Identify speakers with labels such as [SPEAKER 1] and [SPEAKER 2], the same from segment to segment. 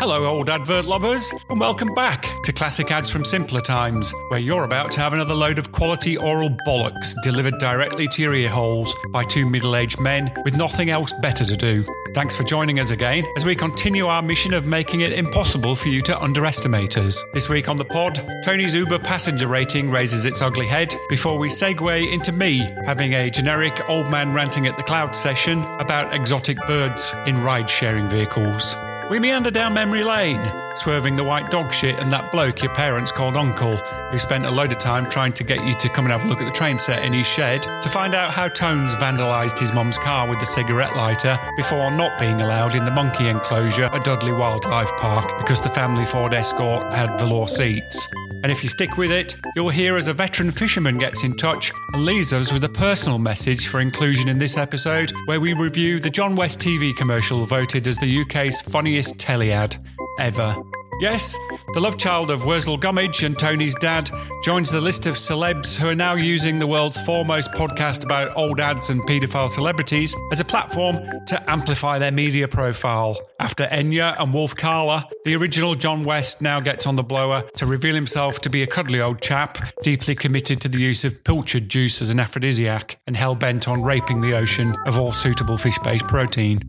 [SPEAKER 1] Hello, old advert lovers, and welcome back to Classic Ads from Simpler Times, where you're about to have another load of quality oral bollocks delivered directly to your ear holes by two middle aged men with nothing else better to do. Thanks for joining us again as we continue our mission of making it impossible for you to underestimate us. This week on the pod, Tony's Uber passenger rating raises its ugly head before we segue into me having a generic old man ranting at the cloud session about exotic birds in ride sharing vehicles. We meander down memory lane, swerving the white dog shit and that bloke your parents called Uncle, who spent a load of time trying to get you to come and have a look at the train set in his shed, to find out how Tones vandalised his mum's car with a cigarette lighter before not being allowed in the monkey enclosure at Dudley Wildlife Park because the family Ford Escort had velour seats. And if you stick with it, you'll hear as a veteran fisherman gets in touch and leaves us with a personal message for inclusion in this episode, where we review the John West TV commercial voted as the UK's funniest telly ad ever. Yes, the love child of Wurzel Gummidge and Tony's dad joins the list of celebs who are now using the world's foremost podcast about old ads and paedophile celebrities as a platform to amplify their media profile. After Enya and Wolf Carla, the original John West now gets on the blower to reveal himself to be a cuddly old chap, deeply committed to the use of pilchard juice as an aphrodisiac and hell bent on raping the ocean of all suitable fish based protein.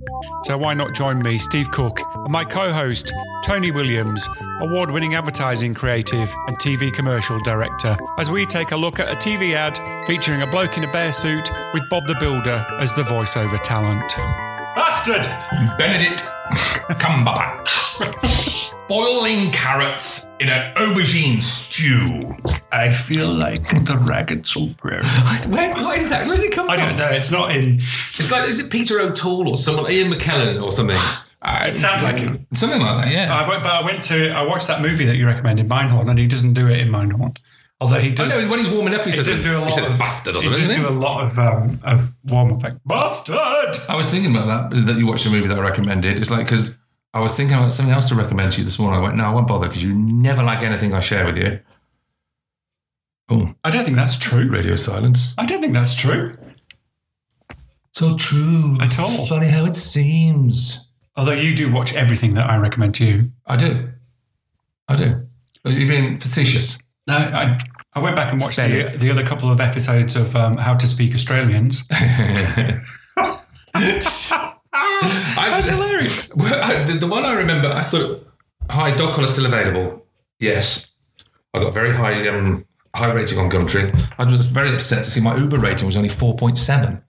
[SPEAKER 1] So why not join me, Steve Cook, and my co host, Tony Williams, award winning advertising creative and TV commercial director, as we take a look at a TV ad featuring a bloke in a bear suit with Bob the Builder as the voiceover talent.
[SPEAKER 2] Bastard! Benedict Cumberbatch. Boiling carrots in an aubergine stew.
[SPEAKER 3] I feel like the ragged soprano.
[SPEAKER 2] Where, what is that? Where does it come
[SPEAKER 1] I
[SPEAKER 2] from?
[SPEAKER 1] don't know, it's not in.
[SPEAKER 4] It's like, is it Peter O'Toole or someone, Ian McKellen or something?
[SPEAKER 2] I-
[SPEAKER 1] It sounds like Uh, it.
[SPEAKER 2] Something like that, yeah.
[SPEAKER 1] I went, but I went to, I watched that movie that you recommended, Mindhorn, and he doesn't do it in Mindhorn. Although he does.
[SPEAKER 4] I know when he's warming up, he,
[SPEAKER 1] He
[SPEAKER 4] says,
[SPEAKER 1] does do a lot
[SPEAKER 4] he says
[SPEAKER 1] of
[SPEAKER 4] bastard or
[SPEAKER 1] He
[SPEAKER 4] something,
[SPEAKER 1] does
[SPEAKER 4] doesn't
[SPEAKER 1] do
[SPEAKER 4] he?
[SPEAKER 1] a lot of um, of warm up like bastard.
[SPEAKER 2] I was thinking about that, that you watched a movie that I recommended. It's like, because I was thinking about something else to recommend to you this morning. I went, no, I won't bother because you never like anything I share with you. Oh,
[SPEAKER 1] I don't think that's true.
[SPEAKER 2] radio silence.
[SPEAKER 1] I don't think that's true.
[SPEAKER 2] So true.
[SPEAKER 1] At all.
[SPEAKER 2] Funny how it seems.
[SPEAKER 1] Although you do watch everything that I recommend to you.
[SPEAKER 2] I do. I do. Are you being facetious?
[SPEAKER 1] No, I I went back and watched
[SPEAKER 2] Steady.
[SPEAKER 1] the, the other couple of episodes of um, How to Speak Australians.
[SPEAKER 4] That's hilarious. Well, I, the, the one I remember, I thought,
[SPEAKER 2] Hi, dog collar still available? Yes. I got very high um, high rating on Gumtree. I was very upset to see my Uber rating was only 4.7.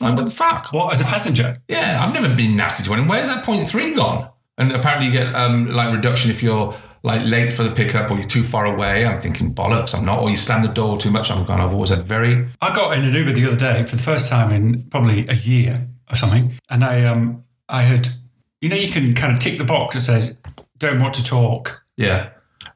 [SPEAKER 2] Like, what the fuck?
[SPEAKER 1] what as a passenger?
[SPEAKER 2] Yeah, I've never been nasty to anyone. Where's that point three gone? And apparently you get um, like reduction if you're like late for the pickup or you're too far away. I'm thinking bollocks, I'm not. Or you slam the door too much. I'm going, I've always had very
[SPEAKER 1] I got in an Uber the other day for the first time in probably a year. or something, and I um I had you know you can kind of tick the box that says don't want to talk,
[SPEAKER 2] Yeah.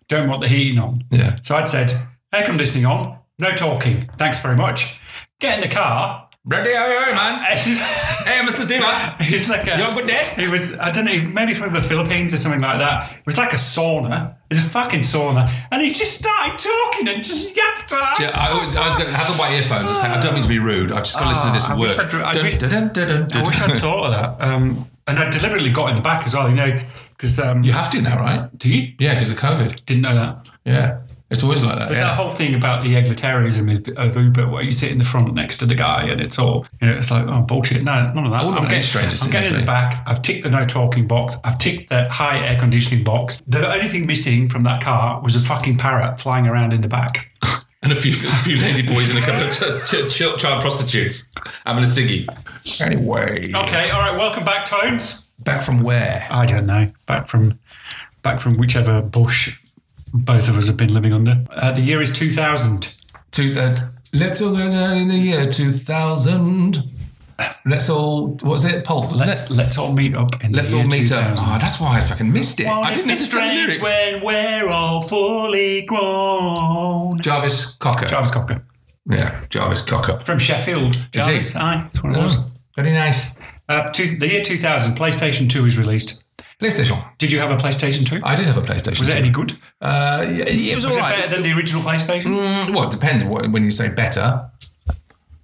[SPEAKER 1] don't want the heating on.
[SPEAKER 2] Yeah.
[SPEAKER 1] So I'd said air conditioning on, no talking, thanks very much. Get in the car.
[SPEAKER 4] Ready, oh, oh, man. Hey, Mr. Dima.
[SPEAKER 1] It's like a,
[SPEAKER 4] You all good there?
[SPEAKER 1] It was I don't know maybe from the Philippines or something like that. It was like a sauna. It's a fucking sauna, and he just started talking and just yapped at us.
[SPEAKER 2] Yeah, I, always, I was going to have the white earphones. I, say, I don't mean to be rude. I've just got to listen to this
[SPEAKER 1] Ah,
[SPEAKER 2] at
[SPEAKER 1] I
[SPEAKER 2] work.
[SPEAKER 1] wish I'd- I wish-
[SPEAKER 2] Dun, dun, dun, dun, dun,
[SPEAKER 1] I wish
[SPEAKER 2] dun.
[SPEAKER 1] I'd thought of that. Um, and I deliberately got in the back as well, you know, because um,
[SPEAKER 2] You have to now, right?
[SPEAKER 1] do you
[SPEAKER 2] Yeah, because of COVID.
[SPEAKER 1] didn't know that?
[SPEAKER 2] Yeah, it's always like that.
[SPEAKER 1] There's
[SPEAKER 2] yeah.
[SPEAKER 1] that whole thing about the egalitarianism of- of Uber, where you sit in the front next to the guy, and it's all you know. It's like, oh bullshit! No, it's none of that.
[SPEAKER 2] I wouldn't
[SPEAKER 1] I'm
[SPEAKER 2] want any Oh, strangers
[SPEAKER 1] I'm
[SPEAKER 2] sitting
[SPEAKER 1] getting in the
[SPEAKER 2] next to eh?
[SPEAKER 1] back. I've ticked the no talking box. I've ticked the high air conditioning box. The only thing missing from that car was a fucking parrot flying around in the back.
[SPEAKER 4] And a few, a few lady boys and a couple of ch- ch- ch- child prostitutes having a ciggy.
[SPEAKER 2] Anyway,
[SPEAKER 1] Okay, all right. Welcome back, Tones.
[SPEAKER 2] back from where?
[SPEAKER 1] I don't know. Back from back from whichever bush both of us have been living under. Uh, the year is 2000.
[SPEAKER 2] To the, let's all go down in the year 2000. Let's all, what was it? Pulp, wasn't
[SPEAKER 1] Let's
[SPEAKER 2] it?
[SPEAKER 1] let's all meet up in the
[SPEAKER 2] Let's
[SPEAKER 1] year
[SPEAKER 2] all meet up.
[SPEAKER 1] 2000.
[SPEAKER 2] Oh, that's why I fucking missed it. I didn't understand the lyrics.
[SPEAKER 1] when we're all fully grown.
[SPEAKER 2] Jarvis Cocker.
[SPEAKER 1] Jarvis Cocker
[SPEAKER 2] yeah, Jarvis Cocker.
[SPEAKER 1] from Sheffield. Jarvis,
[SPEAKER 2] he?
[SPEAKER 1] aye, that's what it was.
[SPEAKER 2] Oh, very nice.
[SPEAKER 1] Uh, two, the year 2000, PlayStation 2 was released.
[SPEAKER 2] PlayStation.
[SPEAKER 1] Did you have a PlayStation 2?
[SPEAKER 2] I did have a PlayStation.
[SPEAKER 1] was it
[SPEAKER 2] too.
[SPEAKER 1] any good?
[SPEAKER 2] Uh, yeah, it was,
[SPEAKER 1] Was
[SPEAKER 2] all
[SPEAKER 1] it
[SPEAKER 2] right.
[SPEAKER 1] better than the original PlayStation?
[SPEAKER 2] Mm, well, it depends what, when you say better.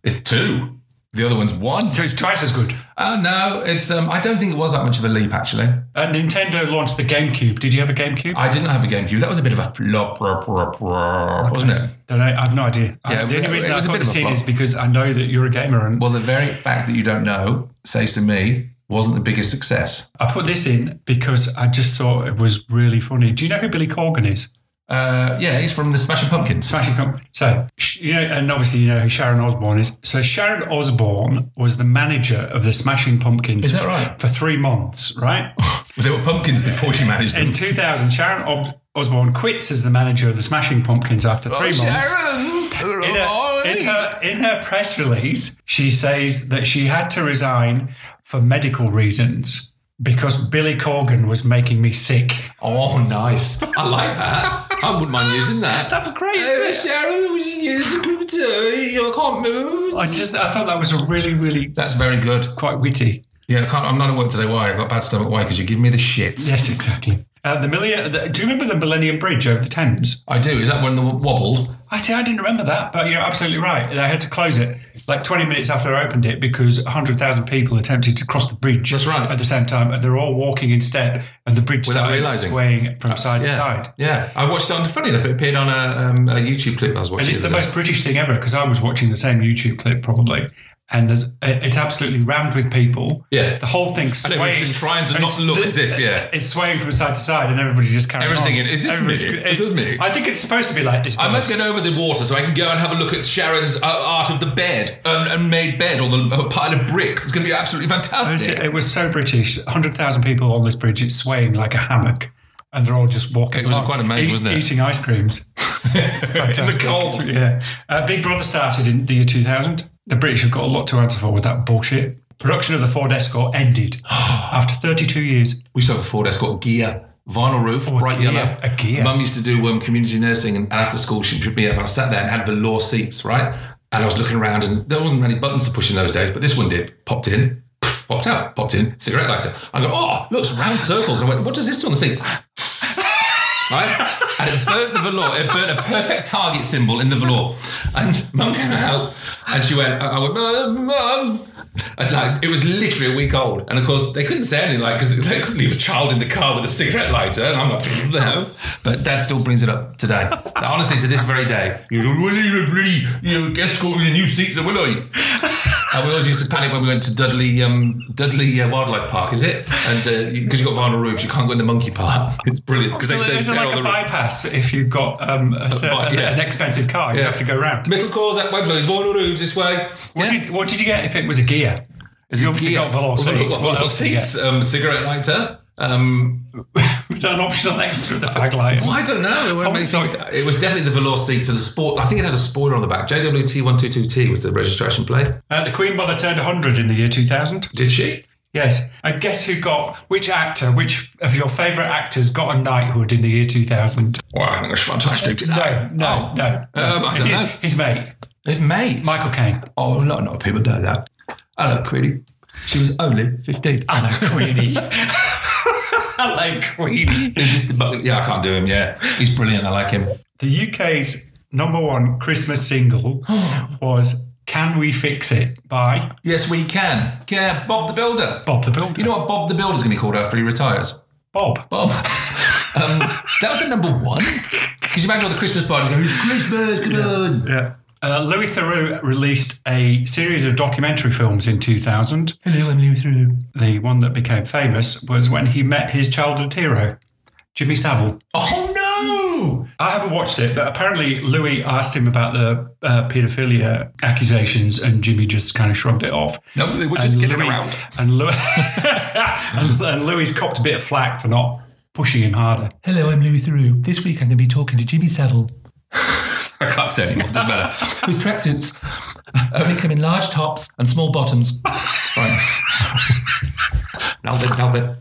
[SPEAKER 2] It's two. The other one's one.
[SPEAKER 1] So it's twice as good.
[SPEAKER 2] Oh no, it's um. I don't think it was that much of a leap actually.
[SPEAKER 1] Uh, Nintendo launched the GameCube. Did you have a GameCube?
[SPEAKER 2] I didn't have a GameCube. That was a bit of a flop, rup, rup, rup, wasn't it?
[SPEAKER 1] don't know. I have no idea. I-
[SPEAKER 2] Yeah,
[SPEAKER 1] the only
[SPEAKER 2] it
[SPEAKER 1] reason I
[SPEAKER 2] was a
[SPEAKER 1] put
[SPEAKER 2] bit
[SPEAKER 1] this
[SPEAKER 2] of a
[SPEAKER 1] in
[SPEAKER 2] flop.
[SPEAKER 1] is because I know that you're a gamer, and
[SPEAKER 2] Well, the very fact that you don't know says to me wasn't the biggest success.
[SPEAKER 1] I put this in because I just thought it was really funny. Do you know who Billy Corgan is?
[SPEAKER 2] Uh, yeah, he's from the Smashing Pumpkins.
[SPEAKER 1] Smashing Pumpkins. So sh- you know, and obviously you know who Sharon Osbourne is. So Sharon Osbourne was the manager of the Smashing Pumpkins
[SPEAKER 2] Is that
[SPEAKER 1] f-
[SPEAKER 2] right?
[SPEAKER 1] for three months, right?
[SPEAKER 2] There were pumpkins before she managed
[SPEAKER 1] In
[SPEAKER 2] them.
[SPEAKER 1] 2000, Sharon Ob- Osbourne quits as the manager of the Smashing Pumpkins after
[SPEAKER 2] Oh,
[SPEAKER 1] three months.
[SPEAKER 2] Sharon!
[SPEAKER 1] In her, in, her, in her press release, she says that she had to resign for medical reasons because Billy Corgan was making me sick.
[SPEAKER 2] Oh, nice.
[SPEAKER 4] I like that. I wouldn't mind using that.
[SPEAKER 1] That's great, isn't it?
[SPEAKER 4] Sharon, you can't move.
[SPEAKER 1] I, just, I thought that was a really, really
[SPEAKER 2] That's very good.
[SPEAKER 1] quite witty.
[SPEAKER 2] Yeah, I can't, I'm not at work today. Why? I've got bad stomach. Why? Because you give me the shits.
[SPEAKER 1] Yes, exactly. Uh, the million. The, do you remember the Millennium Bridge over the Thames?
[SPEAKER 2] I do. Is that when the w- wobbled?
[SPEAKER 1] I I didn't remember that, but you're absolutely right. They had to close it like 20 minutes after I opened it because 100,000 people attempted to cross the bridge.
[SPEAKER 2] That's right.
[SPEAKER 1] At the same time, and they're all walking in step, and the bridge
[SPEAKER 2] Without
[SPEAKER 1] started
[SPEAKER 2] realising.
[SPEAKER 1] swaying from side to
[SPEAKER 2] yeah.
[SPEAKER 1] side.
[SPEAKER 2] Yeah, I watched it on. Funny enough, it appeared on a, um, a YouTube clip I was watching.
[SPEAKER 1] And it's the
[SPEAKER 2] other day.
[SPEAKER 1] most British thing ever because I was watching the same YouTube clip probably. And there's, it- it's absolutely rammed with people.
[SPEAKER 2] Yeah.
[SPEAKER 1] The whole thing's
[SPEAKER 2] I know, it's
[SPEAKER 1] swaying.
[SPEAKER 2] just trying to
[SPEAKER 1] and
[SPEAKER 2] not
[SPEAKER 1] it's
[SPEAKER 2] look
[SPEAKER 1] the-
[SPEAKER 2] as if, yeah.
[SPEAKER 1] It's swaying from side to side and everybody's just carrying
[SPEAKER 2] Everyone's thinking,
[SPEAKER 1] on.
[SPEAKER 2] is this
[SPEAKER 1] Everybody's-
[SPEAKER 2] me? Is
[SPEAKER 1] it's-
[SPEAKER 2] this me?
[SPEAKER 1] I think it's supposed to be like this.
[SPEAKER 2] I must
[SPEAKER 1] Thomas.
[SPEAKER 2] get over the water so I can go and have a look at Sharon's uh, art of the bed, un- unmade bed, or the uh, pile of bricks. It's going to be absolutely
[SPEAKER 1] Honestly,
[SPEAKER 2] fantastic.
[SPEAKER 1] it was so British. 100,000 people on this bridge. It's swaying like a hammock. And they're all just walking.
[SPEAKER 2] It was
[SPEAKER 1] along,
[SPEAKER 2] quite amazing,
[SPEAKER 1] eat-
[SPEAKER 2] wasn't it?
[SPEAKER 1] Eating ice creams.
[SPEAKER 2] In the
[SPEAKER 1] Fantastic.
[SPEAKER 2] cold.
[SPEAKER 1] Yeah. Uh, Big Brother started in the year 2000. The British have got a lot to answer for with that bullshit. Production of the Ford Escort ended after 32 years.
[SPEAKER 2] We used to have a Ford Escort gear, vinyl roof,
[SPEAKER 1] Oh, a
[SPEAKER 2] bright
[SPEAKER 1] Gear,
[SPEAKER 2] yellow.
[SPEAKER 1] a Gear.
[SPEAKER 2] Mum used to do um, community nursing, and after school she put me up, and I sat there and had velour seats, right? And I was looking around, and there wasn't many buttons to push in those days, but this one did. Popped in, popped out, popped in, cigarette lighter. I go, oh, looks round circles. I went, what does this do on the seat? right? And it burnt the velour. It burnt a perfect target symbol in the velour. And mum came out and she went, I I went, mum, mum. And like, it was literally a week old. And of course, they couldn't say anything like, because they couldn't leave a child in the car with a cigarette lighter. And I'm like, no. But dad still brings it up today. Honestly, to this very day. You know, "Well, you know, bloody, you know, guess what, with the new seats, will I? And we always used to panic when we went to Dudley um, Dudley uh, Wildlife Park, is it? And because you've got vinyl roofs, you can't go in the monkey park. It's brilliant because
[SPEAKER 1] So
[SPEAKER 2] they, they
[SPEAKER 1] there's
[SPEAKER 2] tear all
[SPEAKER 1] like
[SPEAKER 2] the
[SPEAKER 1] a
[SPEAKER 2] roof.
[SPEAKER 1] bypass if you've got um, a cer-
[SPEAKER 2] bi- yeah.
[SPEAKER 1] an expensive car. You
[SPEAKER 2] Yeah.
[SPEAKER 1] have to go round.
[SPEAKER 2] Metal cores that way, blows vinyl roofs this way.
[SPEAKER 1] What, did, what did you get if it was a gear?
[SPEAKER 2] Is
[SPEAKER 1] you obviously got velour seats. What else did you
[SPEAKER 2] um, cigarette lighter. Um,
[SPEAKER 1] Was that an optional extra, the fag light?
[SPEAKER 2] well, I don't know. There weren't
[SPEAKER 1] Oh,
[SPEAKER 2] many
[SPEAKER 1] sorry.
[SPEAKER 2] things. It was definitely the Velour seat to the sport. I think it had a spoiler on the back. JWT122T was the registration plate.
[SPEAKER 1] Uh, the Queen Mother turned 100 in the year 2000.
[SPEAKER 2] Did she?
[SPEAKER 1] Yes. And guess who got, which actor, which of your favourite actors got a knighthood in the year 2000?
[SPEAKER 2] Well, I think it's fantastic. Did
[SPEAKER 1] No,
[SPEAKER 2] I?
[SPEAKER 1] no,
[SPEAKER 2] Oh.
[SPEAKER 1] no.
[SPEAKER 2] Um, I don't know.
[SPEAKER 1] His mate,
[SPEAKER 2] His mate.
[SPEAKER 1] Michael Caine.
[SPEAKER 2] Oh, no, no, people know that. Hello, Queenie. She was only 15. Hello, Queenie.
[SPEAKER 1] Hello, Queenie.
[SPEAKER 2] Is this the bucket? Yeah, I can't do him. Yeah, he's brilliant. I like him.
[SPEAKER 1] The UK's number one Christmas single was Can We Fix It by
[SPEAKER 2] Yes, we can. Yeah, Bob the Builder.
[SPEAKER 1] Bob the Builder.
[SPEAKER 2] You know what Bob the Builder's going to be called after he retires?
[SPEAKER 1] Bob.
[SPEAKER 2] Bob. um, that was the number one. Because you imagine all the Christmas parties going, it's Christmas, come on.
[SPEAKER 1] Yeah. Uh, Louis Theroux released a series of documentary films in 2000.
[SPEAKER 2] Hello, I'm Lou Through.
[SPEAKER 1] The one that became famous was when he met his childhood hero, Jimmy Savile.
[SPEAKER 2] Oh, no.
[SPEAKER 1] I haven't watched it, but apparently Louis asked him about the uh, paedophilia accusations, and Jimmy just kind of shrugged it off.
[SPEAKER 2] No, they were just
[SPEAKER 1] And
[SPEAKER 2] kidding
[SPEAKER 1] Louis-
[SPEAKER 2] around.
[SPEAKER 1] And, Louis, and, and Louis copped a bit of flack for not pushing him harder.
[SPEAKER 2] Hello, I'm Louis Theroux. This week I'm going to be talking to Jimmy Savile. I can't say anymore. It doesn't matter. With tracksuits, only come in large tops and small bottoms. Fine. now then, now then.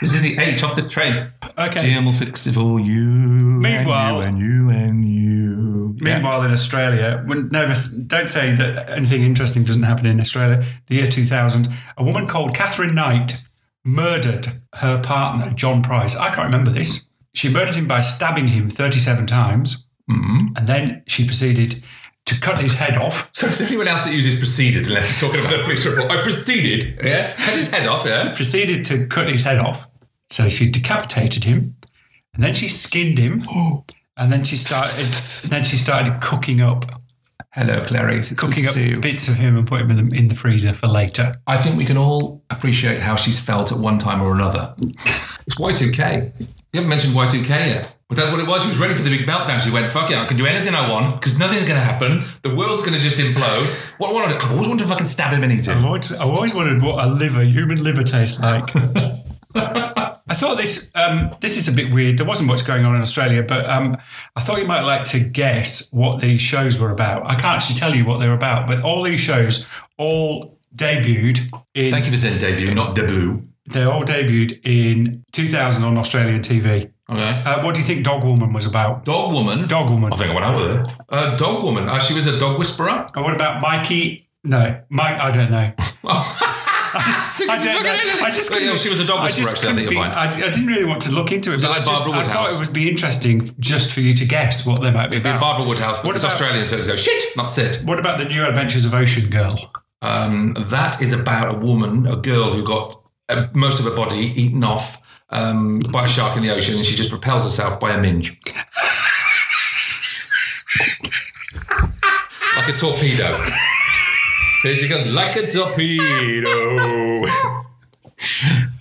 [SPEAKER 2] This is the age of the train.
[SPEAKER 1] Okay.
[SPEAKER 2] will fix it for you.
[SPEAKER 1] Meanwhile,
[SPEAKER 2] you and you.
[SPEAKER 1] Meanwhile, in Australia, when, no, miss- don't say that anything interesting doesn't happen in Australia. The year 2000, a woman called Catherine Knight murdered her partner, John Price. I can't remember this. She murdered him by stabbing him 37 times,
[SPEAKER 2] Mm-hmm.
[SPEAKER 1] and then she proceeded to cut his head off.
[SPEAKER 2] So is anyone else that uses proceeded unless they're talking about a police report? I proceeded. Yeah. Cut his head off, yeah.
[SPEAKER 1] Proceeded to cut his head off. So she decapitated him, and then she skinned him, and then she started. then she started cooking up,
[SPEAKER 2] Hello, Clarice. It's
[SPEAKER 1] cooking
[SPEAKER 2] good
[SPEAKER 1] up
[SPEAKER 2] to see you.
[SPEAKER 1] bits of him, and putting them in the freezer for later.
[SPEAKER 2] I think we can all appreciate how she's felt at one time or another. It's Y2K. You haven't mentioned Y2K yet. But that's what it was. She was ready for the big meltdown. She went, fuck it, I can do anything I want because nothing's going to happen. The world's going to just implode. What, what, I've always wanted to fucking stab him and eat
[SPEAKER 1] I've
[SPEAKER 2] him.
[SPEAKER 1] always, I've always wondered what a liver, human liver, tastes like. I thought this um, this is a bit weird. There wasn't much going on in Australia, but um, I thought you might like to guess what these shows were about. I can't actually tell you what they're about, but all these shows all debuted in
[SPEAKER 2] Thank you for saying debut, not debut.
[SPEAKER 1] they all debuted in 2000 on Australian TV.
[SPEAKER 2] Okay.
[SPEAKER 1] Uh, what do you think Dog Woman was about?
[SPEAKER 2] Dog woman.
[SPEAKER 1] Dog Woman.
[SPEAKER 2] I think I went out with her. Uh, dog woman. Uh, she was a dog whisperer.
[SPEAKER 1] And what about Mikey? No, Mike. I don't know. I don't know. I just
[SPEAKER 2] Well, yeah,
[SPEAKER 1] couldn't-
[SPEAKER 2] she was a dog
[SPEAKER 1] I
[SPEAKER 2] whisperer.
[SPEAKER 1] just
[SPEAKER 2] Actually, I think
[SPEAKER 1] couldn't
[SPEAKER 2] you're
[SPEAKER 1] be-
[SPEAKER 2] fine.
[SPEAKER 1] I, I didn't really want to look into it.
[SPEAKER 2] Was it
[SPEAKER 1] but
[SPEAKER 2] like
[SPEAKER 1] I just-
[SPEAKER 2] Barbara
[SPEAKER 1] I thought it
[SPEAKER 2] Woodhouse?
[SPEAKER 1] would be interesting just for you to guess what they might be
[SPEAKER 2] It'd be
[SPEAKER 1] about.
[SPEAKER 2] Barbara Woodhouse, but
[SPEAKER 1] What
[SPEAKER 2] it's
[SPEAKER 1] about-
[SPEAKER 2] Australian, so it's go, shit, that's it.
[SPEAKER 1] What about the new adventures of Ocean Girl?
[SPEAKER 2] Um, that is about a woman, a girl who got uh, most of her body eaten off um, by a shark in the ocean, and she just propels herself by a minge. like a torpedo. There she comes, like a torpedo.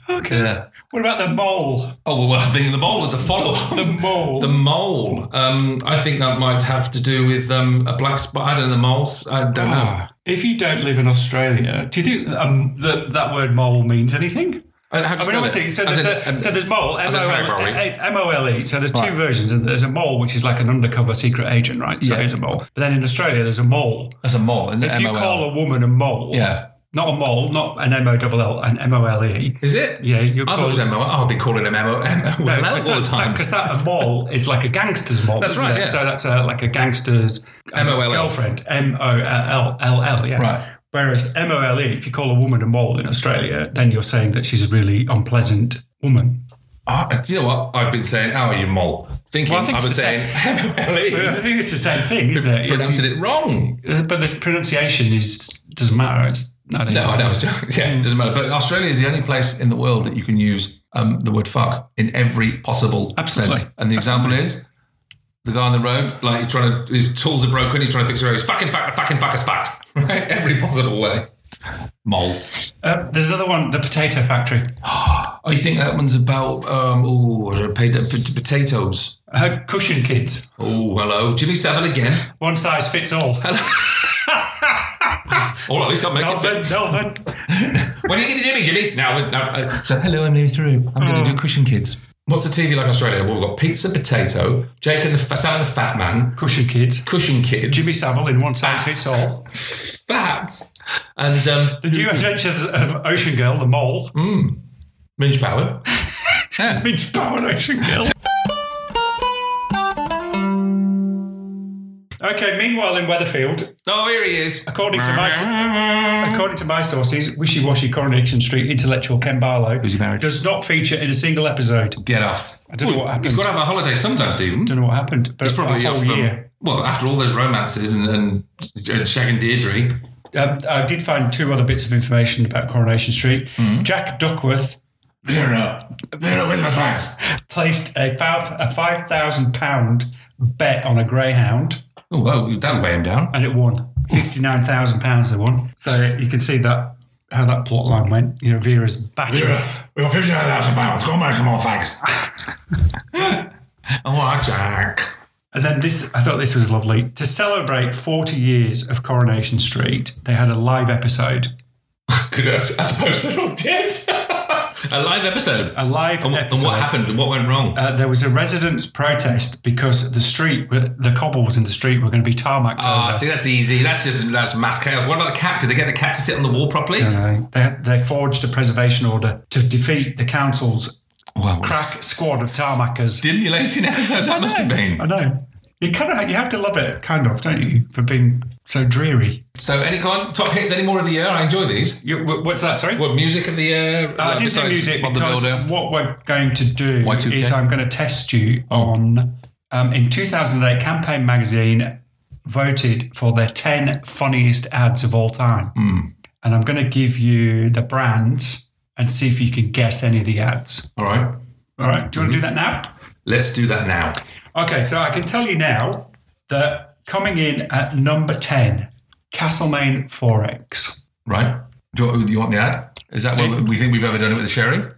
[SPEAKER 1] Okay.
[SPEAKER 2] yeah.
[SPEAKER 1] What about the mole?
[SPEAKER 2] Oh, well, I'm thinking the mole is a follow up.
[SPEAKER 1] The mole.
[SPEAKER 2] The mole. Um, I think that might have to do with um, a black spot. I don't know, the moles. I don't know.
[SPEAKER 1] Ah, if you don't live in Australia, do you think um, that that word mole means anything?
[SPEAKER 2] Uh, how do
[SPEAKER 1] I
[SPEAKER 2] you
[SPEAKER 1] mean,
[SPEAKER 2] spell
[SPEAKER 1] obviously,
[SPEAKER 2] it?
[SPEAKER 1] so
[SPEAKER 2] As
[SPEAKER 1] there's,
[SPEAKER 2] in-
[SPEAKER 1] the,
[SPEAKER 2] um,
[SPEAKER 1] so there's mole,
[SPEAKER 2] as in
[SPEAKER 1] M-O-L-E,
[SPEAKER 2] Harry Murray.
[SPEAKER 1] eh, M-O-L-E. So there's two versions, and there's a mole, which is like an undercover secret agent, right? So
[SPEAKER 2] Yeah.
[SPEAKER 1] it's a mole. But then in Australia, there's a mole.
[SPEAKER 2] As a mole. and
[SPEAKER 1] If you
[SPEAKER 2] M-O-L.
[SPEAKER 1] call a woman a mole,
[SPEAKER 2] Yeah.
[SPEAKER 1] not a mole, not an M O double L, an M O L E.
[SPEAKER 2] Is it?
[SPEAKER 1] Yeah, you're
[SPEAKER 2] I thought it was MO. I'll be calling him MO, MO E all
[SPEAKER 1] uh,
[SPEAKER 2] the time.
[SPEAKER 1] Because that, a mole is like a gangster's mole.
[SPEAKER 2] That's
[SPEAKER 1] isn't
[SPEAKER 2] right,
[SPEAKER 1] it?
[SPEAKER 2] yeah.
[SPEAKER 1] So that's a, like a gangster's um,
[SPEAKER 2] MOLL.
[SPEAKER 1] girlfriend. M O L L L L. E, Yeah.
[SPEAKER 2] E. Right.
[SPEAKER 1] Whereas M O L E, if you call a woman a mole in Australia, then you're saying that she's a really unpleasant woman.
[SPEAKER 2] Ah, do you know what? I've been saying, how are you, mole? Thinking
[SPEAKER 1] Well, I
[SPEAKER 2] I,
[SPEAKER 1] think
[SPEAKER 2] was
[SPEAKER 1] it's the
[SPEAKER 2] saying MOLE.
[SPEAKER 1] But I think it's the same thing, isn't it?
[SPEAKER 2] Pronounced E. it wrong.
[SPEAKER 1] Uh, But the pronunciation is doesn't matter. It's not
[SPEAKER 2] No, I know. I was joking. Yeah, it doesn't matter. But Australia is the only place in the world that you can use um, the word fuck in every possible
[SPEAKER 1] Absolutely.
[SPEAKER 2] sense. And the example is the guy on the road, like he's trying to, his tools are broken, he's trying to fix the road. He's fucking fuck, fucking fuck is fucked. Right? Every possible way. Mole.
[SPEAKER 1] Uh, there's another one, the potato factory.
[SPEAKER 2] Oh, you think that one's about um, oh potato, pot- potatoes?
[SPEAKER 1] Uh, cushion kids.
[SPEAKER 2] Oh, hello, Jimmy Savile again.
[SPEAKER 1] One size fits all.
[SPEAKER 2] Or at least I'm making
[SPEAKER 1] Delvin,
[SPEAKER 2] fit.
[SPEAKER 1] Delvin.
[SPEAKER 2] When are you going to do me, Jimmy? Now, now uh, so hello, I'm new through. I'm going to do Cushion Kids. Mm. What's the TV like in Australia? Well, we've got pizza, potato, Jake and the Fa- Sam and the Fat Man,
[SPEAKER 1] Cushion Kids.
[SPEAKER 2] Cushion Kids,
[SPEAKER 1] Jimmy Savile in One Size
[SPEAKER 2] Fat.
[SPEAKER 1] Fits All.
[SPEAKER 2] Fat, and um,
[SPEAKER 1] The New Adventures of Ocean Girl, the mole.
[SPEAKER 2] Mm. Minge Power. Yeah.
[SPEAKER 1] Beach Power and Ocean Girl. Okay, meanwhile in Weatherfield,
[SPEAKER 2] Oh, here he is.
[SPEAKER 1] according to my according to my sources, Wishy Washy Coronation Street intellectual Ken Barlow
[SPEAKER 2] Who's he married?
[SPEAKER 1] does not feature in a single episode.
[SPEAKER 2] Get off.
[SPEAKER 1] I don't know what happened.
[SPEAKER 2] He's got to have a holiday sometime, Stephen.
[SPEAKER 1] don't know what happened, but
[SPEAKER 2] He's probably
[SPEAKER 1] a
[SPEAKER 2] off.
[SPEAKER 1] whole
[SPEAKER 2] um,
[SPEAKER 1] year.
[SPEAKER 2] well, after all those romances and, and, and Shag and Deirdre.
[SPEAKER 1] Um, I did find two other bits of information about Coronation Street.
[SPEAKER 2] Mm.
[SPEAKER 1] Jack Duckworth
[SPEAKER 2] Vera, Vera, where's my flags?
[SPEAKER 1] placed a five a five thousand pound bet on a greyhound,
[SPEAKER 2] Oh, well, that'll weigh him down.
[SPEAKER 1] and it won fifty nine thousand pounds. They won, so you can see that how that plot line went. You know, Vera's battery.
[SPEAKER 2] we got fifty nine thousand pounds. Go and make some more flags. oh, our Jack.
[SPEAKER 1] And then this, I thought this was lovely. To celebrate forty years of Coronation Street, they had a live episode.
[SPEAKER 2] Good, I s- I suppose they're all dead. a live episode.
[SPEAKER 1] A live
[SPEAKER 2] and, what- and
[SPEAKER 1] episode.
[SPEAKER 2] what happened? and What went wrong?
[SPEAKER 1] Uh, there was a residents' protest because the street, the cobbles in the street, were going to be tarmacked
[SPEAKER 2] Ah,
[SPEAKER 1] over.
[SPEAKER 2] see, that's easy. That's just that's mass chaos. What about the cat? Could they get the cat to sit on the wall properly?
[SPEAKER 1] Dunno. They, they forged a preservation order to defeat the council's
[SPEAKER 2] Well,
[SPEAKER 1] crack squad of tarmackers.
[SPEAKER 2] stimulating episode that must have been.
[SPEAKER 1] I know. You kind of you have to love it, kind of, don't you, for being so dreary.
[SPEAKER 2] So, any kind top hits? Any more of the year? I enjoy these.
[SPEAKER 1] You, wh- what's that? Sorry.
[SPEAKER 2] What music of the year?
[SPEAKER 1] Uh, I didn't
[SPEAKER 2] like,
[SPEAKER 1] do
[SPEAKER 2] besides
[SPEAKER 1] music
[SPEAKER 2] Bob the
[SPEAKER 1] because
[SPEAKER 2] Builder?
[SPEAKER 1] what we're going to do
[SPEAKER 2] Y2K?
[SPEAKER 1] is I'm going to test you on. Um, in 2008, Campaign Magazine voted for their 10 funniest ads of all time,
[SPEAKER 2] Hmm.
[SPEAKER 1] and I'm going to give you the brands and see if you can guess any of the ads.
[SPEAKER 2] All right,
[SPEAKER 1] All right, do you want to
[SPEAKER 2] Mm-hmm.
[SPEAKER 1] do that now?
[SPEAKER 2] let's do that now.
[SPEAKER 1] Okay, so I can tell you now that coming in at number 10, Castlemaine Forex.
[SPEAKER 2] Right? Do you, do you want the ad? Is that what we think we've ever done it with the sherry?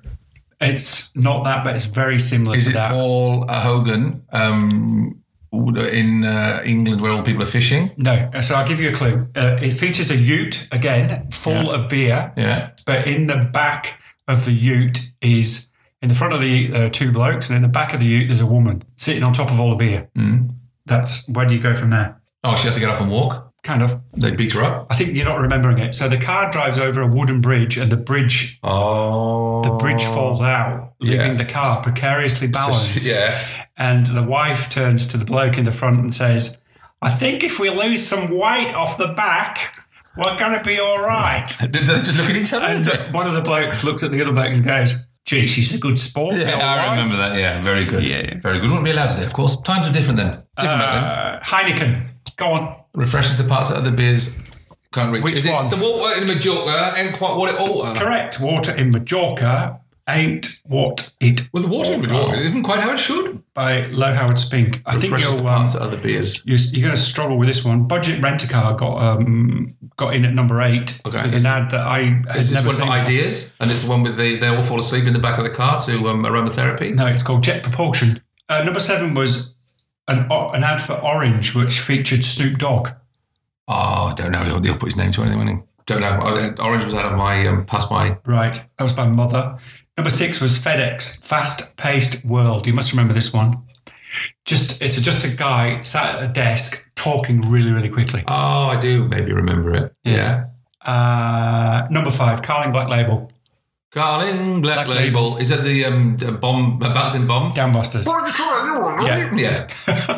[SPEAKER 1] It's not that, but it's very similar
[SPEAKER 2] Is
[SPEAKER 1] to
[SPEAKER 2] it
[SPEAKER 1] that.
[SPEAKER 2] Paul Hogan um, in uh, England where all people are fishing?
[SPEAKER 1] no, so I'll give you a clue. Uh, it features a ute, again, full of beer,
[SPEAKER 2] Yeah.
[SPEAKER 1] but in the back of the ute is, in the front of the uh, two blokes, and in the back of the ute, there's a woman sitting on top of all the beer.
[SPEAKER 2] Hmm.
[SPEAKER 1] That's where do you go from there?
[SPEAKER 2] Oh, she has to get off and walk.
[SPEAKER 1] Kind of.
[SPEAKER 2] They beat her up.
[SPEAKER 1] I think you're not remembering it. So the car drives over a wooden bridge, and the bridge
[SPEAKER 2] Oh,
[SPEAKER 1] the bridge falls out, leaving
[SPEAKER 2] Yeah.
[SPEAKER 1] the car precariously balanced.
[SPEAKER 2] Yeah.
[SPEAKER 1] And the wife turns to the bloke in the front and says, I think if we lose some weight off the back, we're going to be all right.
[SPEAKER 2] Did they just look at each other?
[SPEAKER 1] And the- one of the blokes looks at the other bloke and goes, Gee, she's a good sport.
[SPEAKER 2] yeah,
[SPEAKER 1] all right."
[SPEAKER 2] I remember that. Yeah, very good.
[SPEAKER 3] Yeah.
[SPEAKER 2] very good. Wouldn't be allowed today, of course. Times are different then. Different back then.
[SPEAKER 1] Uh, Heineken, go on.
[SPEAKER 2] refreshes the parts that other beers can't reach.
[SPEAKER 1] Which
[SPEAKER 2] Is it
[SPEAKER 1] one?
[SPEAKER 2] the water in Majorca? That ain't quite what it ought. to.
[SPEAKER 1] Correct. Water in Majorca ain't what it
[SPEAKER 2] Well, the water in Majorca isn't quite how it should.
[SPEAKER 1] by Low Howard Spink. I think
[SPEAKER 2] refreshes the
[SPEAKER 1] you're um,
[SPEAKER 2] parts that other beers.
[SPEAKER 1] you're, you're going to struggle with this one. Budget Rent a Car got um, got in at number eight.
[SPEAKER 2] Okay.
[SPEAKER 1] with
[SPEAKER 2] Is-
[SPEAKER 1] an ad that I had
[SPEAKER 2] Is this
[SPEAKER 1] never
[SPEAKER 2] one for
[SPEAKER 1] seen.
[SPEAKER 2] ideas? And it's the one with the they all fall asleep in the back of the car to um, aromatherapy.
[SPEAKER 1] No, it's called Jet Propulsion. Uh, number seven was an o- an ad for Orange, which featured Snoop Dogg.
[SPEAKER 2] Oh, I don't know. He'll, he'll put his name to anything. won't he? Don't know. Oh, uh, Orange was out of my um, past my.
[SPEAKER 1] Right, that was by Mother. Number six was FedEx Fast Paced World. You must remember this one. Just it's just a guy sat at a desk talking really really quickly.
[SPEAKER 2] Oh, I do maybe remember it. Yeah.
[SPEAKER 1] Uh, number five, Carling Black Label,
[SPEAKER 2] Carling Black,
[SPEAKER 1] Black
[SPEAKER 2] Label. Is that the um, d- bomb, a bouncing bomb?
[SPEAKER 1] Downbusters.
[SPEAKER 2] Yeah.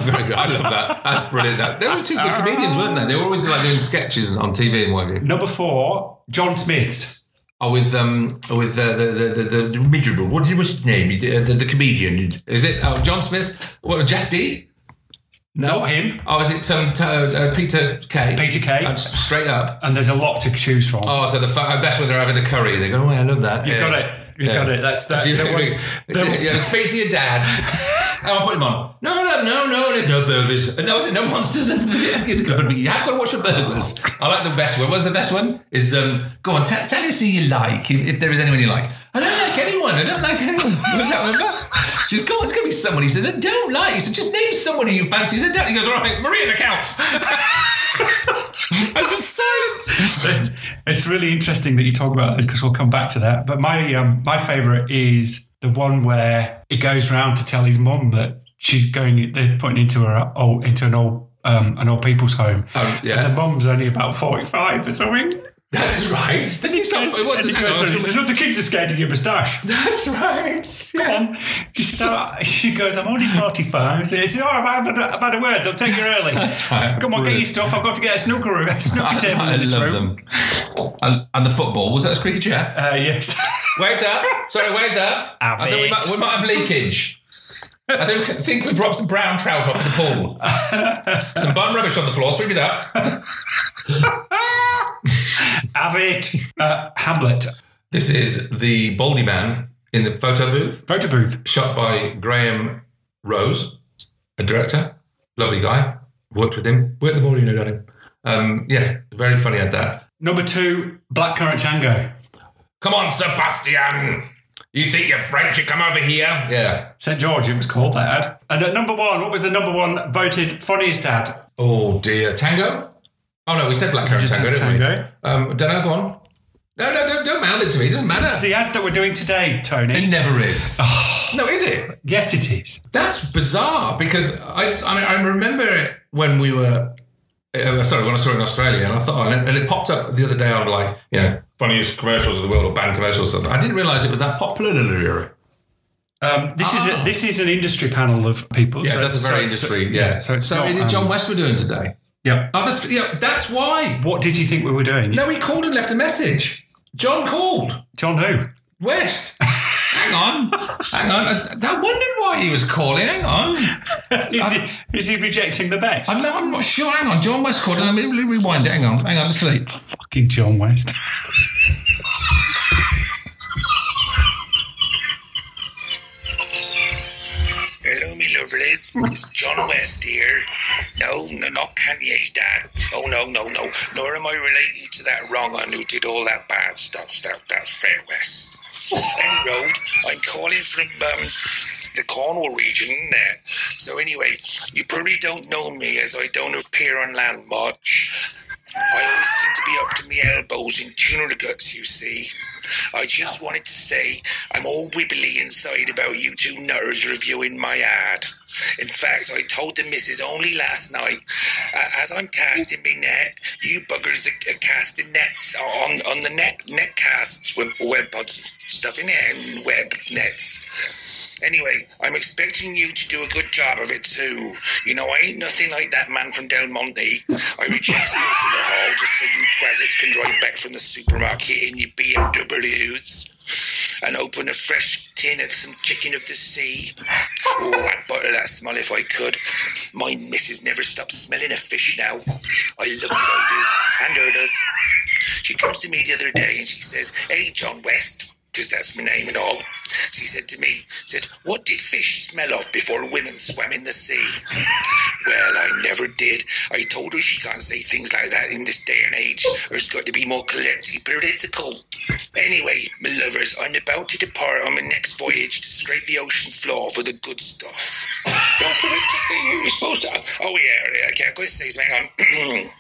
[SPEAKER 2] Very good. I love that. That's brilliant. That- They were two good comedians, weren't they? They were always like doing sketches on TV and what have you.
[SPEAKER 1] Number four, John Smiths.
[SPEAKER 2] Oh, with um, with uh, the the the, the, the miserable. What was his name? The, the, the comedian. Is it oh, John Smith? What Jack D?
[SPEAKER 1] Not him.
[SPEAKER 2] Oh, is it um, t- uh, uh, Peter K?
[SPEAKER 1] Peter Kay.
[SPEAKER 2] Uh, s- straight up.
[SPEAKER 1] And there's a lot to choose from.
[SPEAKER 2] Oh, so the fa- best when they're having a curry, they go, "Oh, I love that."
[SPEAKER 1] You've
[SPEAKER 2] Yeah.
[SPEAKER 1] got it. You've got it. That's that.
[SPEAKER 2] Do you
[SPEAKER 1] the
[SPEAKER 2] know,
[SPEAKER 1] one- the-
[SPEAKER 2] yeah, speak to your dad. and I'll put him on. No, no, no, no, there's no burglars. No, is it no monsters into the desk in the cupboard? But you have got to watch your burglars. I like the best one. What's the best one? Is um, go on, tell tell us who you like, if, if there is anyone you like. I don't like anyone. I don't like anyone. What's that one about? She goes, go on, it's going to be someone. He says, I don't like. He says, just name somebody you fancy. He says, don't. He goes, all right, Maria the counts. and just silence.
[SPEAKER 1] it's, it's really interesting that you talk about this because we'll come back to that. But my um, my favourite is the one where he goes round to tell his mum that she's going. They're putting into her old, into an old um, an old people's home.
[SPEAKER 2] Oh,
[SPEAKER 1] And
[SPEAKER 2] yeah.
[SPEAKER 1] the mum's only about forty five or something.
[SPEAKER 2] That's right. This is something. What,
[SPEAKER 1] And he
[SPEAKER 2] hang on,
[SPEAKER 1] goes,
[SPEAKER 2] I'm
[SPEAKER 1] "He
[SPEAKER 2] just-
[SPEAKER 1] says, "Look, the kids are scared of your moustache."
[SPEAKER 2] that's right.
[SPEAKER 1] Come on. She, said, "Oh," she goes, I'm only 45. He says, oh, I've, had a, I've had a word. They'll take you early.
[SPEAKER 2] That's right.
[SPEAKER 1] Come on, get your
[SPEAKER 2] Brilliant.
[SPEAKER 1] stuff. I've got to get a snooker, room- a snooker
[SPEAKER 2] I,
[SPEAKER 1] table
[SPEAKER 2] I
[SPEAKER 1] in this
[SPEAKER 2] love
[SPEAKER 1] room.
[SPEAKER 2] them. And, and the football was that a squeaky chair?
[SPEAKER 1] Uh, yes.
[SPEAKER 2] Waiter, sorry, waiter.
[SPEAKER 1] Have
[SPEAKER 2] I think we
[SPEAKER 1] it.
[SPEAKER 2] might, we might have leakage. I think I think we dropped some brown trout up in the pool. some bum rubbish on the floor. Sweep it up.
[SPEAKER 1] Have it. Uh, Hamlet.
[SPEAKER 2] This is the Baldy man in the photo booth,
[SPEAKER 1] Photo booth.
[SPEAKER 2] shot by Graham Rose, a director. Lovely guy. Worked with him. Worked the more you know, darling. Um, yeah, very funny at that.
[SPEAKER 1] Number two, Blackcurrant Tango.
[SPEAKER 2] Come on, Sebastian. You think you're French? You come over here. Yeah.
[SPEAKER 1] St. George, it was called that ad. And at number one, what was the number one voted funniest ad?
[SPEAKER 2] Oh dear, tango. Oh no, we said black currant
[SPEAKER 1] Just
[SPEAKER 2] tango,
[SPEAKER 1] had
[SPEAKER 2] didn't
[SPEAKER 1] tango.
[SPEAKER 2] we? Um, don't know. Go on. No, no, don't, don't mouth it to me. It doesn't matter.
[SPEAKER 1] The ad that we're doing today,
[SPEAKER 2] It
[SPEAKER 1] Tony.
[SPEAKER 2] never is. no, is it?
[SPEAKER 1] Yes, it is.
[SPEAKER 2] That's bizarre because I, s- I mean, I remember it when we were, uh, sorry, when I saw it in Australia and I thought, oh, and, it, and it popped up the other day on like, you know, funniest commercials of the world or banned commercials or something. I didn't realize it was that popular.
[SPEAKER 1] Um, this is a, this is an industry panel of people.
[SPEAKER 2] Ah. Yeah,
[SPEAKER 1] so- uh,
[SPEAKER 2] that's a very
[SPEAKER 1] so-
[SPEAKER 2] industry. yeah.
[SPEAKER 1] So it's
[SPEAKER 2] so
[SPEAKER 1] not,
[SPEAKER 2] it is John
[SPEAKER 1] um,
[SPEAKER 2] West we're doing today.
[SPEAKER 1] Yeah.
[SPEAKER 2] Oh, that's, yeah, that's why.
[SPEAKER 1] What did you think we were doing?
[SPEAKER 2] No, he called and left a message. John called.
[SPEAKER 1] John who?
[SPEAKER 2] West. Hang on. Hang on. I, I wondered why he was calling. Hang on.
[SPEAKER 1] Is he, is he rejecting the best?
[SPEAKER 2] I'm not, I'm not sure. Hang on, John West called. Let me let me rewind it. Hang on, hang on. Let's see.
[SPEAKER 1] fucking John West.
[SPEAKER 5] Hello, me lovelies. It's John West here. No, no, not Kanye's dad. Oh, no, no, no. Nor am I related to that wrong on who did all that bad stuff. Stop, that's Fred West. Any road, I'm calling from um, the Cornwall region, isn't there? So, anyway, you probably don't know me as I don't appear on land much. I always seem to be up to my elbows in tuna guts, you see. I just wanted to say I'm all wibbly inside about you two nutters reviewing my ad. In fact, I told the missus only last night, uh, as I'm casting me net, you buggers are, are casting nets on, on the net, net casts, web, web pods, stuff in it, and web nets. Anyway, I'm expecting you to do a good job of it too. You know, I ain't nothing like that man from Del Monte. I reject you from the hall just so you twazzits can drive back from the supermarket in your BMWs and open a fresh tin of some chicken of the sea. Oh, I'd bottle that smell if I could. My missus never stops smelling a fish now. I love it, I do. And her does. She comes to me the other day and she says, Hey, John West, because that's my name and all. She said to me, said, What did fish smell of before women swam in the sea? Well, I never did. I told her she can't say things like that in this day and age. There's got to be more collective political. Anyway, my lovers, I'm about to depart on my next voyage to scrape the ocean floor for the good stuff. Don't forget to see who you're supposed to. Oh, yeah, yeah, okay, I've got to say something. Hang on.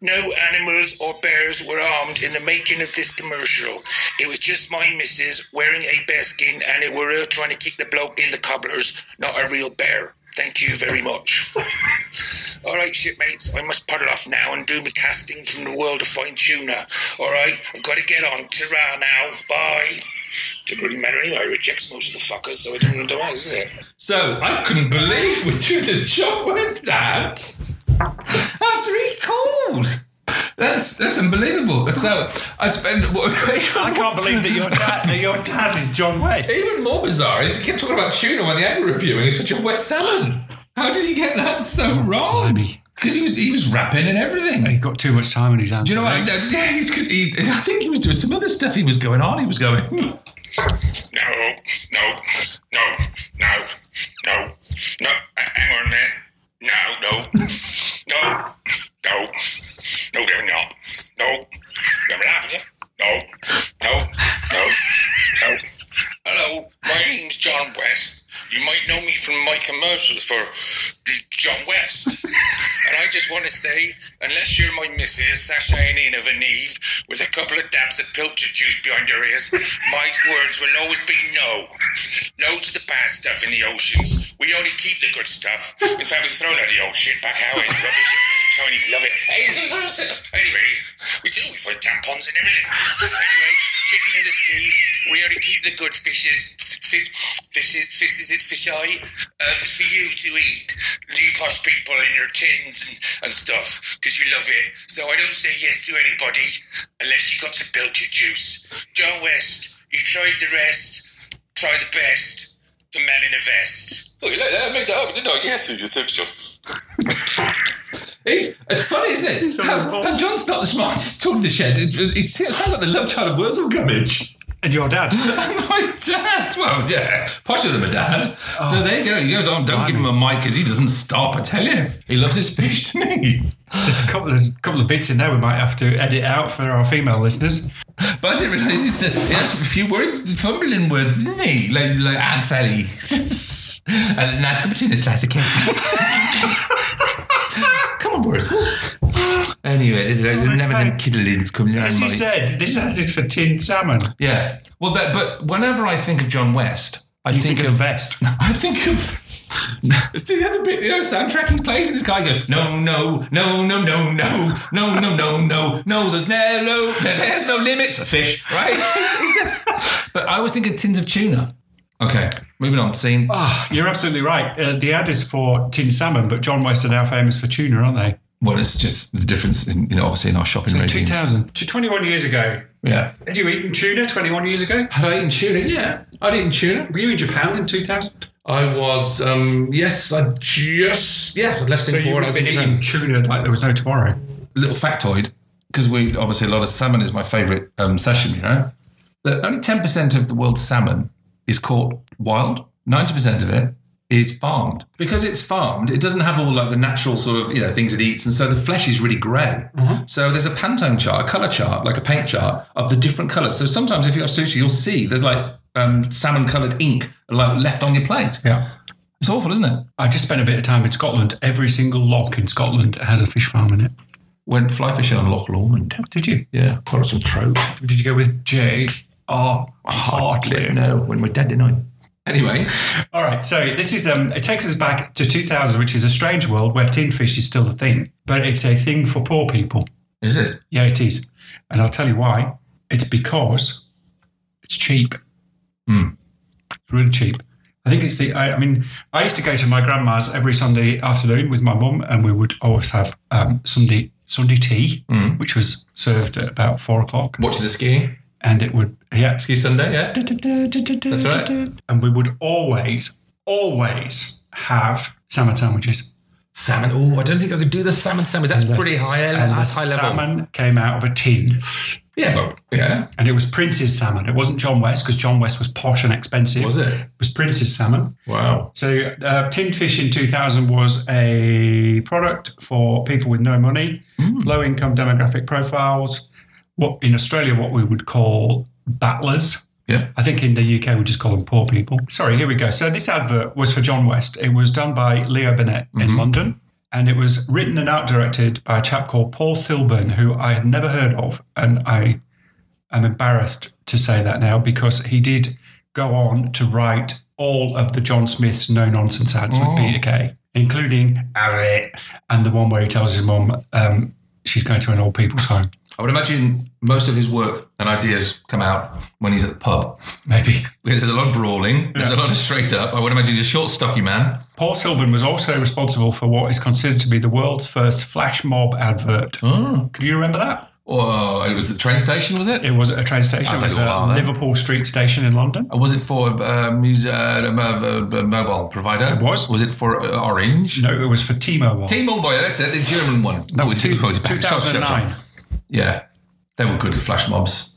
[SPEAKER 5] No animals or bears were harmed in the making of this commercial. It was just my missus wearing a bearskin and it were her trying to kick the bloke in the cobblers, not a real bear. Thank you very much. All right, shipmates, I must puddle off now and do my casting from the world of fine tuna. All right, I've got to get on. Ta-ra now. Bye. Didn't really matter anyway. I rejects most of the fuckers, so I don't know what is it.
[SPEAKER 2] So I couldn't believe we threw the John West ad after he called. That's that's unbelievable. So I spent
[SPEAKER 1] I can't believe that your dad that your dad is John West.
[SPEAKER 2] Even more bizarre is he kept talking about tuna when the ad were reviewing. It's for John West salmon. How did he get that so wrong?
[SPEAKER 1] blimey.
[SPEAKER 2] Because he was he was rapping and everything.
[SPEAKER 1] He's got too much time on his hands.
[SPEAKER 2] Do you know
[SPEAKER 1] I
[SPEAKER 2] what?
[SPEAKER 1] think.
[SPEAKER 2] Yeah, because he, I think he was doing some other stuff. He was going on. He was going.
[SPEAKER 5] No, no, no, no, no, no. Uh, Hang on a minute. No, no, no, no, no, they're not. No, they're not. No, no, no, no. Hello, my name's John West. You might know me from my commercials for John West. and I just want to say, unless you're my missus, sashaying in of an eve with a couple of dabs of pilcher juice behind your ears, my words will always be no. No to the bad stuff in the oceans. We only keep the good stuff. In fact, we throw all the old shit back out. It's rubbish. Chinese love it. Hey, it's all stuff. Anyway, we do. We find tampons and everything. Anyway, chicken in the sea. We only keep the good fishes. Fish, fishes, fishes, it's fish eye um, for you to eat, you posh people in your tins and, and stuff, because you love it. So I don't say yes to anybody unless you got to build your juice. John West, you tried the rest, try the best, the man in a vest.
[SPEAKER 2] Oh, you let that make that up, didn't I? Yes, you think so. It's funny, isn't it? How, how John's not the smartest tool in the shed. It, it, it sounds like the love child of Wurzel Gummidge.
[SPEAKER 1] And your dad.
[SPEAKER 2] My dad. Well, yeah, posher than my dad. So there you go. He goes on. Don't give him a mic because he doesn't stop. I tell you, he loves his fish, doesn't he?
[SPEAKER 1] There's a couple, there's a couple of bits in there we might have to edit out for our female listeners.
[SPEAKER 2] But I didn't realise it's a, he has a few words, fumbling words, didn't he? Like like Anthony and Nathan Bettina Come on, Wurzel. Anyway, there's, there's never them kiddlings coming around.
[SPEAKER 1] Oh As you
[SPEAKER 2] my-
[SPEAKER 1] said, this ad is for tin salmon.
[SPEAKER 2] Yeah. Well, that, but whenever I think of John West, I think, of
[SPEAKER 1] vest.
[SPEAKER 2] I think of. It's the other bit, you know, soundtrack he plays, and this guy goes, "No, no, no, no, no, no, no, no, no, no, no. There's no, no there- there's no limits." A fish, right? He just- but I always think of tins of tuna. Okay, moving on. Scene.
[SPEAKER 1] Ah, you're absolutely right. Uh, the ad is for tin salmon, but John West are now famous for tuna, aren't they?
[SPEAKER 2] Well, it's just the difference in, you know, obviously in our shopping regimes.
[SPEAKER 1] 2000 to 21 years ago.
[SPEAKER 2] Yeah.
[SPEAKER 1] Had you eaten tuna 21 years ago?
[SPEAKER 2] Had I eaten tuna? Yeah, I'd eaten tuna.
[SPEAKER 1] Were you in Japan in 2000?
[SPEAKER 2] I was, um, yes, I just, yeah, I left
[SPEAKER 1] So you
[SPEAKER 2] Singapore.
[SPEAKER 1] would
[SPEAKER 2] and I
[SPEAKER 1] have
[SPEAKER 2] was
[SPEAKER 1] been
[SPEAKER 2] in
[SPEAKER 1] eating
[SPEAKER 2] Japan.
[SPEAKER 1] tuna like there was no tomorrow.
[SPEAKER 2] Little factoid, because we obviously a lot of salmon is my favourite um, sashimi, right? That only ten percent of the world's salmon is caught wild. Ninety percent of it is farmed because it's farmed. It doesn't have all like the natural sort of you know things it eats, and so the flesh is really grey.
[SPEAKER 1] Mm-hmm.
[SPEAKER 2] So there's a Pantone chart, a colour chart, like a paint chart of the different colours. So sometimes if you have sushi, you'll see there's like um, salmon coloured ink like left on your plate.
[SPEAKER 1] Yeah.
[SPEAKER 2] It's awful, isn't it?
[SPEAKER 1] I just spent a bit of time in Scotland. Every single lock in Scotland has a fish farm in it.
[SPEAKER 2] Went fly fishing on Loch Lomond.
[SPEAKER 1] Did you?
[SPEAKER 2] Yeah, quite some trout.
[SPEAKER 1] Did you go with J R Hartley?
[SPEAKER 2] No, when we're dead, didn't I? Anyway,
[SPEAKER 1] All right, so this is um, it takes us back to 2000, which is a strange world where tin fish is still a thing, but it's a thing for poor people.
[SPEAKER 2] is it?
[SPEAKER 1] Yeah, it is, and I'll tell you why. It's because it's cheap.
[SPEAKER 2] Hmm.
[SPEAKER 1] It's really cheap. I think it's the. I, I mean, I used to go to my grandma's every Sunday afternoon with my mum, and we would always have um, Sunday Sunday tea,
[SPEAKER 2] Hmm.
[SPEAKER 1] which was served at about four o'clock,
[SPEAKER 2] Watching the skiing,
[SPEAKER 1] and it would yeah
[SPEAKER 2] ski Sunday, yeah.
[SPEAKER 1] that's
[SPEAKER 2] right.
[SPEAKER 1] And we would always, always have salmon sandwiches.
[SPEAKER 2] Salmon. Oh, I don't think I could do the salmon sandwich. That's pretty high.
[SPEAKER 1] And the
[SPEAKER 2] That's high level.
[SPEAKER 1] salmon came out of a tin,
[SPEAKER 2] Yeah, but yeah,
[SPEAKER 1] and it was Prince's salmon. It wasn't John West because John West was posh and expensive.
[SPEAKER 2] was
[SPEAKER 1] It
[SPEAKER 2] it?
[SPEAKER 1] was Prince's salmon.
[SPEAKER 2] Wow.
[SPEAKER 1] So uh, tinned fish in 2000 was a product for people with no money,
[SPEAKER 2] Hmm.
[SPEAKER 1] low income demographic profiles. What in Australia, what we would call battlers.
[SPEAKER 2] Yeah.
[SPEAKER 1] I think in the UK we just call them poor people. Sorry, here we go. So this advert was for John West. It was done by Leo Burnett
[SPEAKER 2] Mm-hmm.
[SPEAKER 1] in London, and it was written and out directed by a chap called Paul Silburn, who I had never heard of, and I am embarrassed to say that now because he did go on to write all of the John Smith's no nonsense ads with Peter Kay, including Have It and the one where he tells his mum um, she's going to an old people's home.
[SPEAKER 2] I would imagine most of his work and ideas come out when he's at the pub
[SPEAKER 1] Maybe
[SPEAKER 2] because there's a lot of brawling, there's a lot of straight up. I would imagine he's a short, stocky man.
[SPEAKER 1] Paul Silburn was also responsible for what is considered to be the world's first flash mob advert.
[SPEAKER 2] Oh,
[SPEAKER 1] Do you remember that?
[SPEAKER 2] oh it was the train station, was it?
[SPEAKER 1] It was at a train station.
[SPEAKER 2] I
[SPEAKER 1] It was
[SPEAKER 2] think it
[SPEAKER 1] a
[SPEAKER 2] was, eh?
[SPEAKER 1] Liverpool Street station in London.
[SPEAKER 2] Or Was it for uh, music, uh, mo- mo- mobile provider?
[SPEAKER 1] It was.
[SPEAKER 2] Was it for uh, Orange?
[SPEAKER 1] No, it was for T-Mobile.
[SPEAKER 2] T-Mobile, that's it, the German one.
[SPEAKER 1] That
[SPEAKER 2] Oh,
[SPEAKER 1] was
[SPEAKER 2] it's-
[SPEAKER 1] two-
[SPEAKER 2] oh, it's back. Stop, stop, stop.
[SPEAKER 1] 2009.
[SPEAKER 2] Yeah, they were good flash mobs.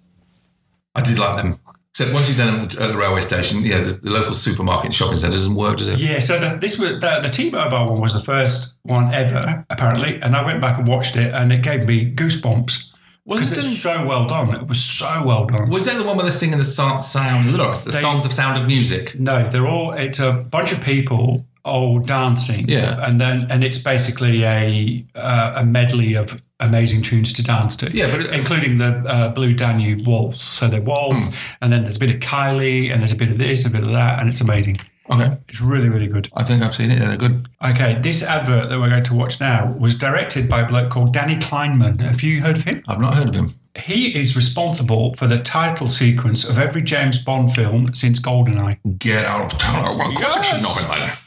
[SPEAKER 2] I did like them. Except once you've done them at the railway station, yeah, the, the local supermarket shopping centre doesn't work, does it?
[SPEAKER 1] Yeah, so the, this was the, the T-Mobile one was the first one ever, apparently, and I went back and watched it, and it gave me goosebumps because
[SPEAKER 2] Wasn't
[SPEAKER 1] it's
[SPEAKER 2] it-
[SPEAKER 1] so well done. It was so well done.
[SPEAKER 2] Was that the one where they're singing the sound, sound lyrics, the songs of Sound of Music?
[SPEAKER 1] No, they're all. It's a bunch of people old dancing.
[SPEAKER 2] Yeah.
[SPEAKER 1] and then and it's basically a uh, a medley of amazing tunes to dance to.
[SPEAKER 2] Yeah, but it- Hmm.
[SPEAKER 1] including the uh, Blue Danube waltz. So the waltz, and then there's a bit of Kylie, and there's a bit of this, a bit of that, and it's amazing.
[SPEAKER 2] Okay.
[SPEAKER 1] It's really really good.
[SPEAKER 2] I think I've seen it. Yeah, they're good.
[SPEAKER 1] Okay, this advert that we're going to watch now was directed by a bloke called Danny Kleinman. Have you heard of him?
[SPEAKER 2] I've not heard of him.
[SPEAKER 1] He is responsible for the title sequence of every James Bond film since Goldeneye.
[SPEAKER 4] Get out of town. I want
[SPEAKER 1] Yes.
[SPEAKER 4] yes. know him, man.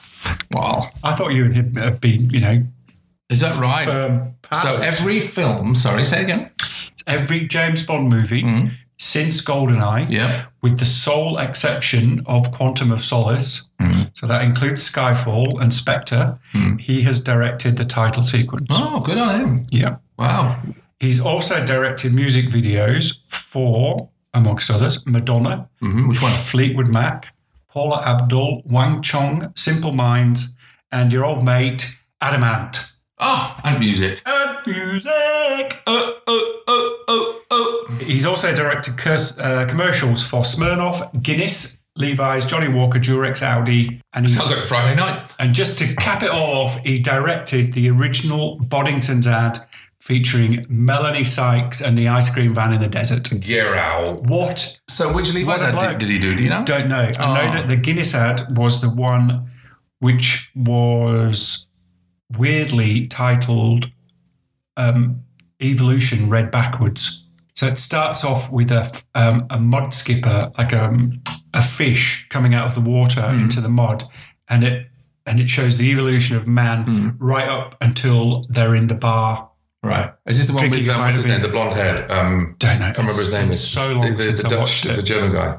[SPEAKER 4] Wow.
[SPEAKER 1] I thought you and him have been, you know, um,
[SPEAKER 2] Is that right?
[SPEAKER 1] firm
[SPEAKER 2] so
[SPEAKER 1] partners.
[SPEAKER 2] every film, sorry, say it again.
[SPEAKER 1] every James Bond movie since Goldeneye,
[SPEAKER 2] Mm-hmm. Yeah.
[SPEAKER 1] with the sole exception of Quantum of Solace,
[SPEAKER 2] Mm-hmm.
[SPEAKER 1] so that includes Skyfall and Spectre, he has directed the title sequence.
[SPEAKER 2] Oh, good on him.
[SPEAKER 1] Yeah.
[SPEAKER 2] Wow.
[SPEAKER 1] He's also directed music videos for, amongst others, Madonna,
[SPEAKER 2] hmm Which one?
[SPEAKER 1] Fleetwood Mac, Paula Abdul, Wang Chong, Simple Minds, and your old mate, Adam Ant.
[SPEAKER 2] Oh, and music.
[SPEAKER 1] And music!
[SPEAKER 2] Oh, oh, oh, oh, oh.
[SPEAKER 1] He's also directed curse, uh, commercials for Smirnoff, Guinness, Levi's, Johnny Walker, Durex, Audi, and he,
[SPEAKER 2] Sounds like Friday night.
[SPEAKER 1] and just to cap it all off, he directed the original Boddington's ad featuring Melanie Sykes and the ice cream van in the desert.
[SPEAKER 4] Get out.
[SPEAKER 1] What?
[SPEAKER 2] So which
[SPEAKER 1] What
[SPEAKER 2] Levi's
[SPEAKER 1] a
[SPEAKER 2] ad
[SPEAKER 1] bloke.
[SPEAKER 2] did, did he do? Do you know?
[SPEAKER 1] Don't know. I know
[SPEAKER 2] Ah.
[SPEAKER 1] that the Guinness ad was the one which was weirdly titled um, "Evolution Read Backwards." So it starts off with a um, a mud skipper, like um, a fish coming out of the water
[SPEAKER 2] Hmm.
[SPEAKER 1] into the mud, and it and it shows the evolution of man
[SPEAKER 2] Hmm.
[SPEAKER 1] right up until they're in the bar.
[SPEAKER 2] Right. Is this the one
[SPEAKER 1] Drinking
[SPEAKER 2] with
[SPEAKER 1] a
[SPEAKER 2] um,
[SPEAKER 1] pint
[SPEAKER 2] what's
[SPEAKER 1] of
[SPEAKER 2] his name? The
[SPEAKER 1] beer.
[SPEAKER 2] blonde haired. Um,
[SPEAKER 1] Don't know.
[SPEAKER 2] I can't remember his name.
[SPEAKER 1] It's so long
[SPEAKER 2] the, the,
[SPEAKER 1] since
[SPEAKER 2] the
[SPEAKER 1] I
[SPEAKER 2] Dutch,
[SPEAKER 1] watched
[SPEAKER 2] the
[SPEAKER 1] it.
[SPEAKER 2] German guy.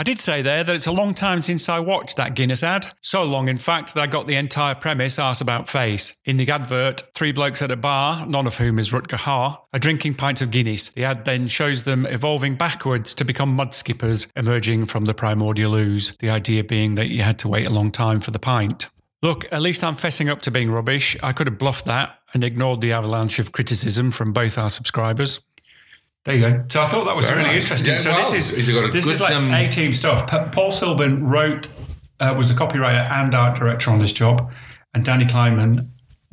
[SPEAKER 1] I did say there that it's a long time since I watched that Guinness ad. So long, in fact, that I got the entire premise arse about face. In the advert, three blokes at a bar, none of whom is Rutger Haar, are drinking pints of Guinness. The ad then shows them evolving backwards to become mud skippers, emerging from the primordial ooze. The idea being that you had to wait a long time for the pint. Look, at least I'm fessing up to being rubbish. I could have bluffed that and ignored the avalanche of criticism from both our subscribers. There you go. So I thought that was
[SPEAKER 2] Very
[SPEAKER 1] really
[SPEAKER 2] nice.
[SPEAKER 1] interesting.
[SPEAKER 2] Yeah,
[SPEAKER 1] so
[SPEAKER 2] well,
[SPEAKER 1] this is
[SPEAKER 2] he's got a
[SPEAKER 1] this
[SPEAKER 2] good,
[SPEAKER 1] is like
[SPEAKER 2] um,
[SPEAKER 1] A team stuff. Pa- Paul Silburn wrote uh, was the copywriter and art director on this job, and Danny Kleinman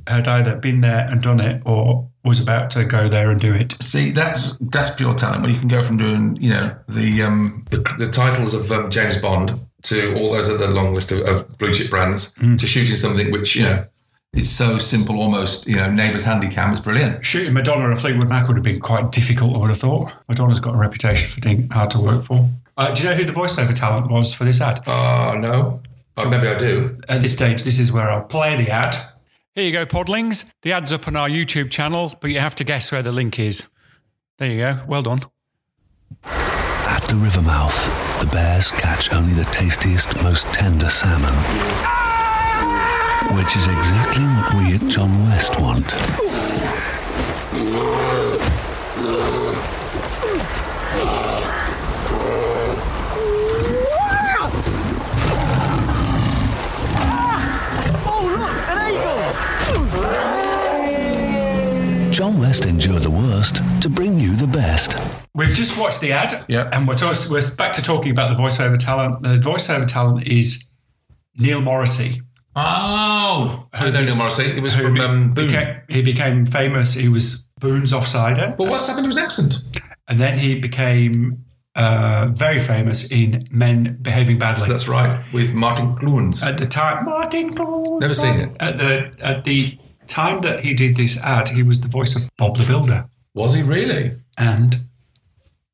[SPEAKER 1] had either been there and done it or was about to go there and do it.
[SPEAKER 4] See, that's that's pure talent. Where you can go from doing, you know, the um, the, the titles of um, James Bond to all those other long list of, of blue chip brands
[SPEAKER 2] Hmm.
[SPEAKER 4] to shooting something which you know is so simple, almost you know, neighbour's handy cam is brilliant.
[SPEAKER 1] Shooting Madonna and Fleetwood Mac would have been quite difficult, I would have thought. Madonna's got a reputation for being hard to work for. Uh, do you know who the voiceover talent was for this ad?
[SPEAKER 4] Oh no, oh, maybe I do.
[SPEAKER 1] At this stage, this is where I'll play the ad. Here you go, Podlings. The ad's up on our YouTube channel, but you have to guess where the link is. There you go. Well done.
[SPEAKER 6] At the river mouth, the bears catch only the tastiest, most tender salmon. Which is exactly what we at John West want. John West endured the worst to bring you the best.
[SPEAKER 1] We've just watched the ad,
[SPEAKER 2] Yeah.
[SPEAKER 1] and we're, talk- we're back to talking about the voiceover talent. The voiceover talent is Neil Morrissey.
[SPEAKER 2] Oh, I know Neil Morrissey. It was
[SPEAKER 1] who
[SPEAKER 2] from
[SPEAKER 1] be-
[SPEAKER 2] um, Boone.
[SPEAKER 1] Became, he became famous. He was Boone's offsider,
[SPEAKER 2] But what's happened to his accent?
[SPEAKER 1] and then he became uh, very famous in Men Behaving Badly.
[SPEAKER 2] That's right, with Martin Clunes.
[SPEAKER 1] at the time, Martin. Gold-
[SPEAKER 2] Never seen it.
[SPEAKER 1] At the at the time that he did this ad, he was the voice of Bob the Builder,
[SPEAKER 2] Was he really?
[SPEAKER 1] and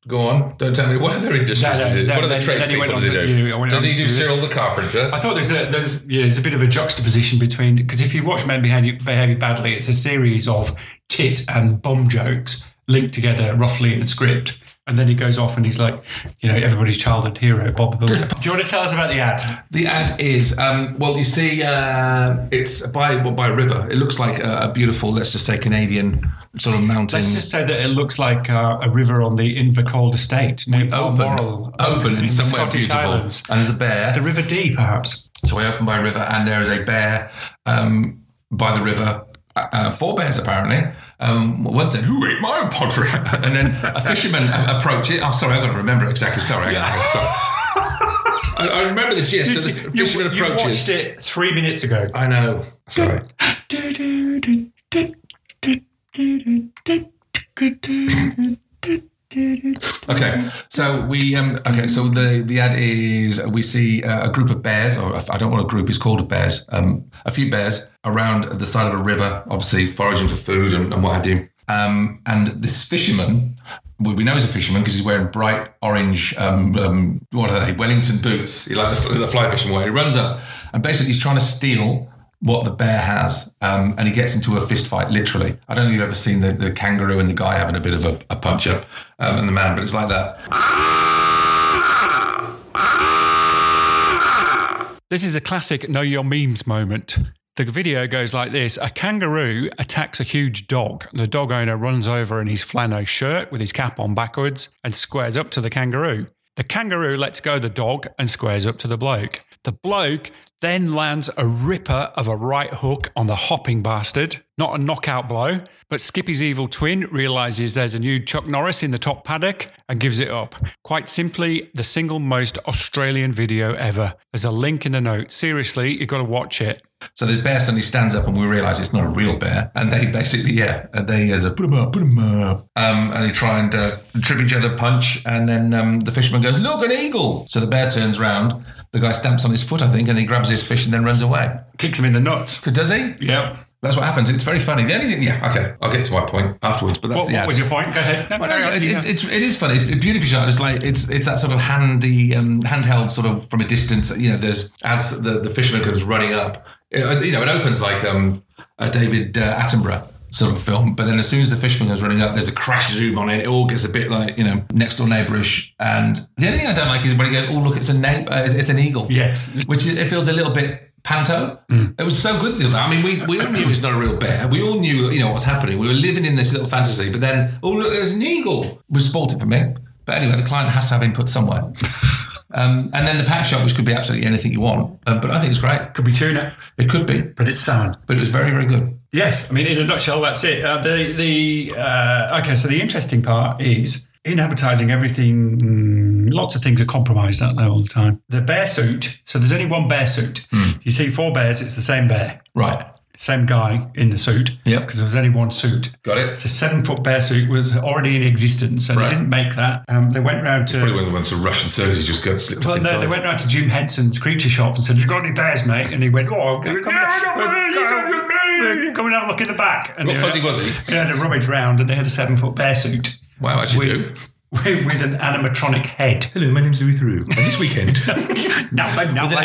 [SPEAKER 2] Go on, don't tell me. What other industries
[SPEAKER 1] No, no,
[SPEAKER 2] does he do?
[SPEAKER 1] no,
[SPEAKER 2] What
[SPEAKER 1] then-
[SPEAKER 2] other trades
[SPEAKER 1] then he
[SPEAKER 2] people
[SPEAKER 1] went
[SPEAKER 2] does
[SPEAKER 1] on
[SPEAKER 2] he
[SPEAKER 1] to-
[SPEAKER 2] do?
[SPEAKER 1] you know, he went
[SPEAKER 2] does
[SPEAKER 1] on
[SPEAKER 2] he
[SPEAKER 1] to
[SPEAKER 2] do
[SPEAKER 1] this. Uh,
[SPEAKER 2] Cyril the Carpenter?
[SPEAKER 1] I thought there's a there's yeah, there's a bit of a juxtaposition between because if you watch Men Behaving, Behaving Badly, it's a series of tit and bomb jokes linked together roughly in the script, and then he goes off and he's like, you know, everybody's childhood hero, Bob the Builder. Do you want to tell us about the ad?
[SPEAKER 2] The ad is um, well, you see, uh, it's by well, by a river. It looks like a, a beautiful, let's just say, Canadian sort of mountain.
[SPEAKER 1] Let's just say that it looks like uh, a river on the Invercold estate, named
[SPEAKER 2] open,
[SPEAKER 1] Balmoral,
[SPEAKER 2] open,
[SPEAKER 1] the
[SPEAKER 2] and somewhere
[SPEAKER 1] Scottish
[SPEAKER 2] beautiful.
[SPEAKER 1] Highlands.
[SPEAKER 2] And there's a bear.
[SPEAKER 1] The River Dee, perhaps.
[SPEAKER 2] So I open by a river, and there is a bear um, by the river uh, four bears apparently. Um, one said, "Who ate my pottery?" And then a fisherman a- approached it. Oh, sorry, I've got to remember it exactly. Sorry, I got sorry. I, I remember the gist. so the
[SPEAKER 1] You,
[SPEAKER 2] fisherman
[SPEAKER 1] you
[SPEAKER 2] approaches.
[SPEAKER 1] watched it three minutes ago.
[SPEAKER 2] I know. Sorry. Okay, so we um okay, so the the ad is we see uh, a group of bears, or I don't want a group, it's called of bears, um, a few bears around the side of a river, obviously foraging for food and, and what have you. Um, and this fisherman, well, we know he's a fisherman because he's wearing bright orange, um, um, what are they, Wellington boots, he like the, the fly fishing wear. He runs up and basically he's trying to steal what the bear has, um, and he gets into a fist fight, literally. I don't know if you've ever seen the, the kangaroo and the guy having a bit of a, a punch up, um, and the man, but it's like that.
[SPEAKER 1] This is a classic know your memes moment. The video goes like this A kangaroo attacks a huge dog. The dog owner runs over in his flannel shirt with his cap on backwards and squares up to the kangaroo. The kangaroo lets go of the dog and squares up to the bloke. The bloke then lands a ripper of a right hook on the hopping bastard. Not a knockout blow, but Skippy's evil twin realizes there's a new Chuck Norris in the top paddock and gives it up. Quite simply, the single most Australian video ever. There's a link in the note. Seriously, you've got to watch it.
[SPEAKER 2] So this bear suddenly stands up, and we realise it's not a real bear. And they basically, yeah, and they as a put him up, put him up, um, and they try and uh, trip each other, punch, and then um, the fisherman goes, "Look, an eagle!" So the bear turns round. The guy stamps on his foot, I think, and he grabs his fish and then runs away.
[SPEAKER 1] Kicks him in the nuts.
[SPEAKER 2] Does he?
[SPEAKER 1] Yep.
[SPEAKER 2] That's what happens. It's very funny. The only thing, yeah, okay, I'll get to my point afterwards. But that's
[SPEAKER 1] What,
[SPEAKER 2] the
[SPEAKER 1] what
[SPEAKER 2] ad.
[SPEAKER 1] was your point? Go ahead. No,
[SPEAKER 2] Well,
[SPEAKER 1] go
[SPEAKER 2] no,
[SPEAKER 1] ahead.
[SPEAKER 2] it,
[SPEAKER 1] Yeah.
[SPEAKER 2] it, it's it is funny. It's a beautiful shot. It's like it's it's that sort of handy, um, handheld sort of from a distance. You know, there's as the, the fisherman comes running up. It, uh, you know, it opens like um, a David uh, Attenborough sort of film, but then as soon as the fisherman goes running up, there's a crash zoom on it. It all gets a bit like you know next door neighbourish. And the only thing I don't like is when he goes, "Oh look, it's a na- uh, it's, it's an eagle."
[SPEAKER 1] Yes.
[SPEAKER 2] which is, it feels a little bit. Panto. It was so good. the other- I mean, we, we all knew it's not a real bear. We all knew, you know, what was happening. We were living in this little fantasy. But then, oh look, there's an eagle. Was spoiled it for me. But anyway, the client has to have input somewhere. um, and then the pack shop, which could be absolutely anything you want. Um, but I think it's great.
[SPEAKER 1] Could be tuna,
[SPEAKER 2] It could be.
[SPEAKER 1] but it's salmon.
[SPEAKER 2] But it was very, very good.
[SPEAKER 1] Yes, I mean, in a nutshell, that's it. Uh, the the uh, okay. So the interesting part is in advertising, everything, mm, lots of things are compromised, aren't they, all the time? The bear suit. So there's only one bear suit.
[SPEAKER 2] Hmm.
[SPEAKER 1] You see four bears. It's the same bear,
[SPEAKER 2] Right.
[SPEAKER 1] same guy in the suit.
[SPEAKER 2] Yep.
[SPEAKER 1] Because there was only one suit.
[SPEAKER 2] Got it.
[SPEAKER 1] It's a seven foot bear suit was already in existence, so
[SPEAKER 2] Right.
[SPEAKER 1] they didn't make that. Um, they went round to
[SPEAKER 4] Probably one of the ones from Russian service he just got slipped
[SPEAKER 1] well,
[SPEAKER 4] up inside.
[SPEAKER 1] no, they went round to Jim Henson's creature shop and said, "You got any bears, mate?" And he went, "Oh, we're coming, we're coming, we're coming to have a look in the back." And
[SPEAKER 2] Not
[SPEAKER 1] they-
[SPEAKER 2] fuzzy wuzzy.
[SPEAKER 1] They had a rummage round and they had a seven foot bear suit
[SPEAKER 2] Wow, actually do.
[SPEAKER 1] with, with, with an animatronic head.
[SPEAKER 4] Hello, my name's Louis Theroux. And this weekend,
[SPEAKER 1] Now, now,
[SPEAKER 2] With an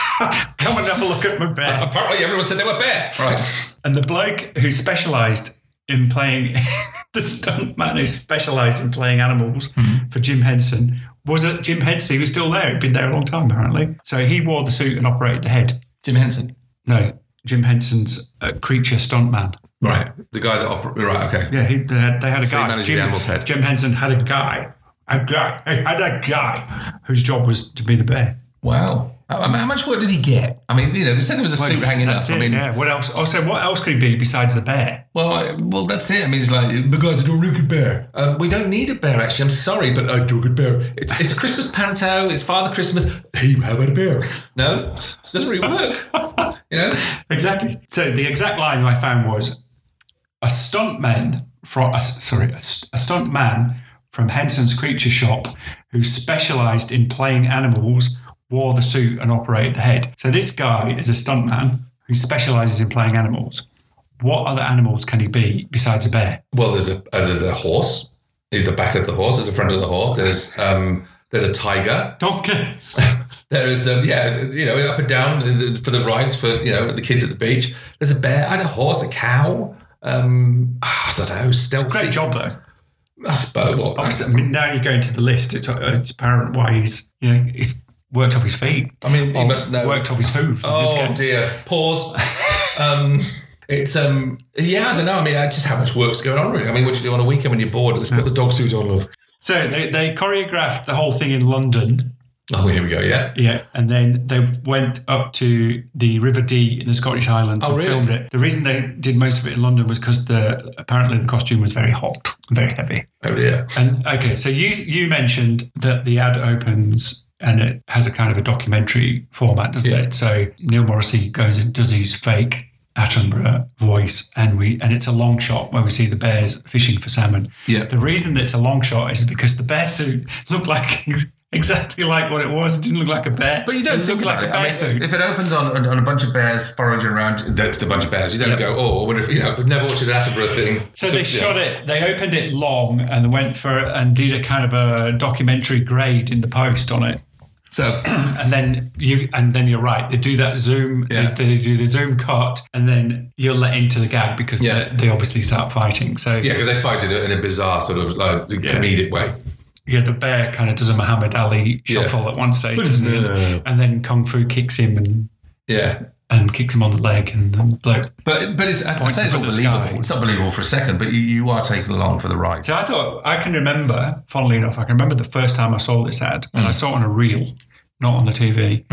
[SPEAKER 2] Oh.
[SPEAKER 1] come and have a look at my bear.
[SPEAKER 2] Apparently, everyone said they were bear. Right.
[SPEAKER 1] And the bloke who specialised in playing the stunt man who specialised in playing animals
[SPEAKER 2] Hmm.
[SPEAKER 1] for Jim Henson was at Jim Henson. He was still there. He'd been there a long time apparently. So he wore the suit and operated the head.
[SPEAKER 2] Jim Henson.
[SPEAKER 1] No, Jim Henson's uh, creature stuntman.
[SPEAKER 2] Right. The guy that operated. Right. Okay.
[SPEAKER 1] Yeah, he, they, had, they had a
[SPEAKER 2] he
[SPEAKER 1] guy.
[SPEAKER 2] managed the animal's head.
[SPEAKER 1] Jim Henson had a guy, a guy, he had a guy whose job was to be the bear.
[SPEAKER 2] Wow. How, how much work does he get? I mean, you know, they said there was a suit hanging up.
[SPEAKER 1] That's
[SPEAKER 2] I
[SPEAKER 1] it,
[SPEAKER 2] mean,
[SPEAKER 1] yeah. What else? Also, what else could he be besides the bear?
[SPEAKER 2] Well, I, well, that's it. I mean, it's like the guys do a really good bear. Um, we don't need a bear, actually. I'm sorry, but I do a good bear. It's it's a Christmas panto. It's Father Christmas. Hey, how about a bear? No, doesn't really work. you know,
[SPEAKER 1] Exactly. So the exact line I found was a stuntman from a, sorry, a, st- a stuntman from Henson's creature shop who specialised in playing animals wore the suit and operated the head. So this guy is a stuntman who specialises in playing animals. What other animals can he be besides a bear?
[SPEAKER 4] well, there's a uh, there's the horse. There's the back of the horse. There's the front of the horse. There's um there's a tiger.
[SPEAKER 1] Donkey.
[SPEAKER 4] There is um, yeah you know up and down for the rides for you know the kids at the beach. There's a bear. I had a horse, a cow. Um, ah, I don't know. Stealthy.
[SPEAKER 1] Great job though.
[SPEAKER 4] I suppose. Well,
[SPEAKER 1] Obviously, I mean, now you're going to the list. It's, uh, it's apparent why he's you know he's worked off his feet.
[SPEAKER 4] I mean, you must know.
[SPEAKER 1] Worked off his hooves. in this
[SPEAKER 4] Oh
[SPEAKER 1] case.
[SPEAKER 4] dear. Pause. um, it's um yeah. I don't know. I mean, uh, just how much work's going on really. I mean, what do you do on a weekend when you're bored? Let's put the dog suit on, love.
[SPEAKER 1] So they, they choreographed the whole thing in London
[SPEAKER 7] Oh, here we go. Yeah.
[SPEAKER 1] Yeah, and then they went up to the River Dee in the Scottish Highlands
[SPEAKER 7] Oh,
[SPEAKER 1] and
[SPEAKER 7] really?
[SPEAKER 1] filmed it. The reason they did most of it in London was because the apparently the costume was very hot, very heavy.
[SPEAKER 7] Oh, yeah.
[SPEAKER 1] And okay, so you you mentioned that the ad opens and it has a kind of a documentary format, doesn't
[SPEAKER 7] Yeah.
[SPEAKER 1] it? So Neil Morrissey goes and does his fake Attenborough voice, and we and it's a long shot where we see the bears fishing for salmon.
[SPEAKER 2] Yeah.
[SPEAKER 1] The reason that it's a long shot is because the bear suit looked like exactly like what it was. It didn't look like a bear.
[SPEAKER 2] But you don't
[SPEAKER 1] it looked
[SPEAKER 2] think about
[SPEAKER 1] like
[SPEAKER 2] it.
[SPEAKER 1] a bear
[SPEAKER 2] I mean,
[SPEAKER 1] suit.
[SPEAKER 2] if it opens on, on, on a bunch of bears foraging around, that's a bunch of bears. You don't go, oh, I wonder if you know, I've never watched an Attenborough thing.
[SPEAKER 1] So they shot it. They opened it long and went for and did a kind of a documentary grade in the post on it.
[SPEAKER 2] So
[SPEAKER 1] and then you and then you're right. They do that zoom.
[SPEAKER 2] Yeah.
[SPEAKER 1] They, they do the zoom cut, and then you're let into the gag because
[SPEAKER 2] Yeah.
[SPEAKER 1] they, they obviously start fighting. So
[SPEAKER 2] yeah, because they fight it in a bizarre sort of like comedic way.
[SPEAKER 1] yeah, the bear kind of does a Muhammad Ali
[SPEAKER 2] Yeah.
[SPEAKER 1] shuffle at one stage, doesn't he? And then kung fu kicks him and
[SPEAKER 2] Yeah.
[SPEAKER 1] and kicks him on the leg, and the bloke
[SPEAKER 2] But but it's I I
[SPEAKER 1] Points
[SPEAKER 2] say it's
[SPEAKER 1] up at
[SPEAKER 2] not
[SPEAKER 1] the
[SPEAKER 2] believable.
[SPEAKER 1] sky.
[SPEAKER 2] It's not believable for a second, but you, you are taken along for the ride.
[SPEAKER 1] So I thought I can remember, fondly enough, I can remember the first time I saw this ad, and I
[SPEAKER 2] Mm.
[SPEAKER 1] saw it on a reel, not on the TV.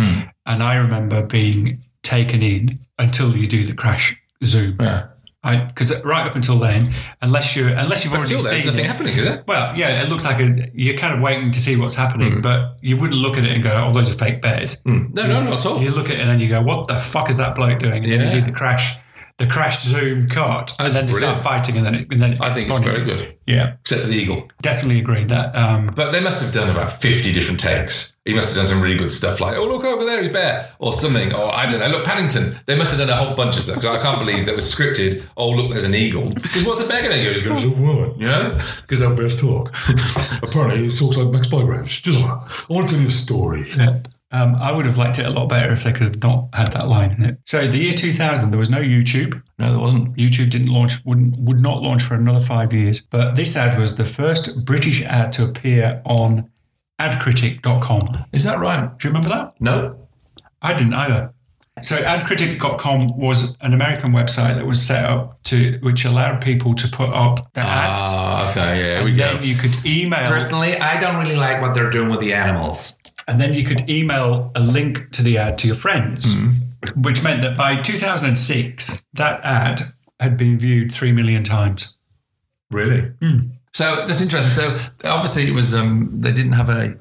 [SPEAKER 1] And I remember being taken in until you do the crash zoom.
[SPEAKER 2] Yeah.
[SPEAKER 1] Because right up until then, unless you unless you've already
[SPEAKER 2] Until there's
[SPEAKER 1] seen
[SPEAKER 2] nothing
[SPEAKER 1] it-
[SPEAKER 2] happening, is it?
[SPEAKER 1] Well, yeah, it looks like a, you're kind of waiting to see what's happening,
[SPEAKER 2] Mm.
[SPEAKER 1] but you wouldn't look at it and go, "Oh, those are fake bears."
[SPEAKER 7] No, no, not at all.
[SPEAKER 1] You look at it and then you go, "What the fuck is that bloke doing?" And then
[SPEAKER 7] Yeah.
[SPEAKER 1] you do the crash, the crash zoom cut, and
[SPEAKER 7] That's
[SPEAKER 1] then they start
[SPEAKER 7] brilliant.
[SPEAKER 1] fighting, and then it, and then it
[SPEAKER 7] I
[SPEAKER 1] gets
[SPEAKER 7] think it's
[SPEAKER 1] funny.
[SPEAKER 7] very good,
[SPEAKER 1] Yeah,
[SPEAKER 7] except for the eagle.
[SPEAKER 1] definitely agree that. Um,
[SPEAKER 7] But they must have done about 50 different takes. He must have done some really good stuff like, oh, look over there, he's bear, or something, or I don't know, look, Paddington. They must have done a whole bunch of stuff because I can't believe that was scripted. Oh, look, there's an eagle. Because what's a bear going to do? He's going to a woman, you know?
[SPEAKER 8] Because that best talk. Apparently, it talks like Max Bygraves. Just like, I want to tell you a story.
[SPEAKER 1] Um, I would have liked it a lot better if they could have not had that line in it. So the year 2000, there was no YouTube.
[SPEAKER 2] No, there wasn't.
[SPEAKER 1] YouTube didn't launch, wouldn't, would not launch for another five years. But this ad was the first British ad to appear on AdCritic.com. Do
[SPEAKER 2] Is that right?
[SPEAKER 1] you remember that?
[SPEAKER 2] No.
[SPEAKER 1] I didn't either. So AdCritic.com was an American website that was set up to, which allowed people to put up their ads.
[SPEAKER 7] Ah, okay, yeah, here we
[SPEAKER 1] and
[SPEAKER 7] go.
[SPEAKER 1] then you could email
[SPEAKER 7] Personally, I don't really like what they're doing with the animals.
[SPEAKER 1] and then you could email a link to the ad to your friends,
[SPEAKER 2] Hmm.
[SPEAKER 1] which meant that by 2006, that ad had been viewed 3 million times.
[SPEAKER 2] Really?
[SPEAKER 1] Hmm.
[SPEAKER 2] So that's interesting. So obviously it was um they didn't have a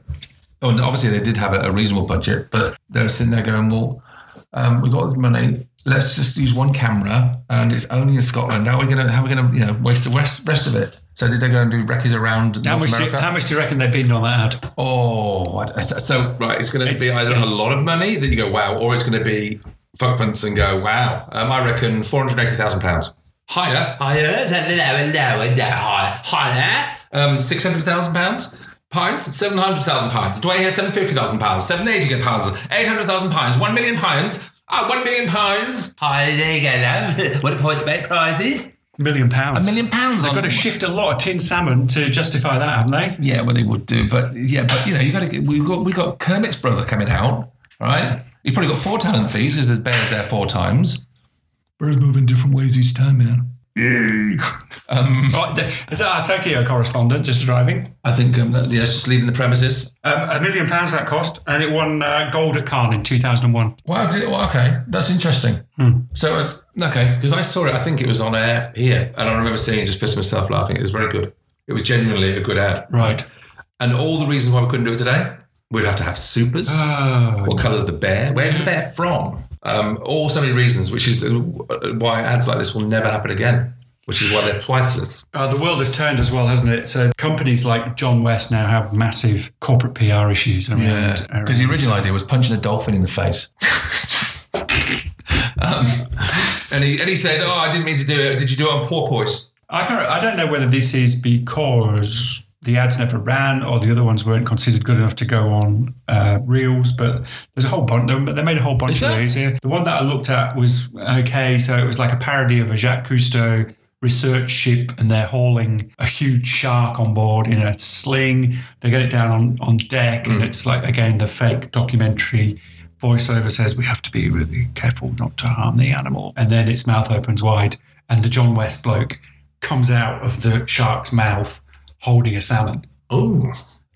[SPEAKER 2] oh no, obviously they did have a, a reasonable budget, but they're sitting there going, Well, um, we got this money, let's just use one camera and it's only in Scotland. How are we gonna how are we gonna, you know, waste the rest rest of it? So did they go and do wreckage around
[SPEAKER 1] How much,
[SPEAKER 2] North
[SPEAKER 1] do you,
[SPEAKER 2] America?
[SPEAKER 1] how much do you reckon they binned on that ad?
[SPEAKER 2] Oh, I- I- so right, it's going to be either a lot of money that you go wow, or it's going to be fuck punts and go wow. Um, I reckon four hundred eighty thousand pounds higher, higher, lower, lower, lower, higher, higher. Um, six hundred thousand pounds. Pints, seven hundred thousand pounds. Do I hear seven fifty thousand pounds? Seven eighty pounds. Eight hundred thousand pounds. One million pounds. Ah, one million pounds. Hi there, you go, love. What points about prizes?
[SPEAKER 1] Million pounds.
[SPEAKER 2] A million pounds.
[SPEAKER 1] They've
[SPEAKER 2] on-
[SPEAKER 1] got to shift a lot of tin salmon to justify that, haven't they?
[SPEAKER 2] yeah, well, they would do, but yeah, but you know, you got to get. We've got we got Kermit's brother coming out, right? He's probably got four talent fees because the bear's there four times.
[SPEAKER 8] Birds move in different ways each time, man.
[SPEAKER 1] Right, th- uh, Is that our Tokyo correspondent just driving?
[SPEAKER 2] I think um, that, yeah, it's just leaving the premises.
[SPEAKER 1] Um, a million pounds that cost, and it won uh, gold at Cannes in 2001.
[SPEAKER 2] Wow, did it, well, okay, that's interesting. So uh, okay, because I saw it, I think it was on air here, and I remember seeing it, just pissing myself laughing. It was very good. It was genuinely a good ad,
[SPEAKER 1] Right.
[SPEAKER 2] and all the reasons why we couldn't do it today, we'd have to have supers.
[SPEAKER 1] Oh,
[SPEAKER 2] What colour's the bear? Where's the bear from? Um, all so many reasons, which is uh, why ads like this will never happen again, which is why they're priceless.
[SPEAKER 1] Uh, the world has turned as well, hasn't it? So companies like John West now have massive corporate PR issues around. around-
[SPEAKER 2] Because the original idea was punching a dolphin in the face. um, and, he, and he says, Oh, I didn't mean to do it. Did you do it on porpoise?
[SPEAKER 1] I can't. I don't know whether this is because the ads never ran or the other ones weren't considered good enough to go on uh, reels. But there's a whole bunch. They they made a whole bunch
[SPEAKER 2] Is
[SPEAKER 1] of
[SPEAKER 2] there?
[SPEAKER 1] these here. The one that I looked at was okay. So it was like a parody of a Jacques Cousteau research ship, and they're hauling a huge shark on board in a sling. They get it down on on deck,
[SPEAKER 2] Hmm.
[SPEAKER 1] and it's like again the fake documentary. Voiceover says we have to be really careful not to harm the animal, and then its mouth opens wide, and the John West bloke comes out of the shark's mouth holding a salmon.
[SPEAKER 2] Oh.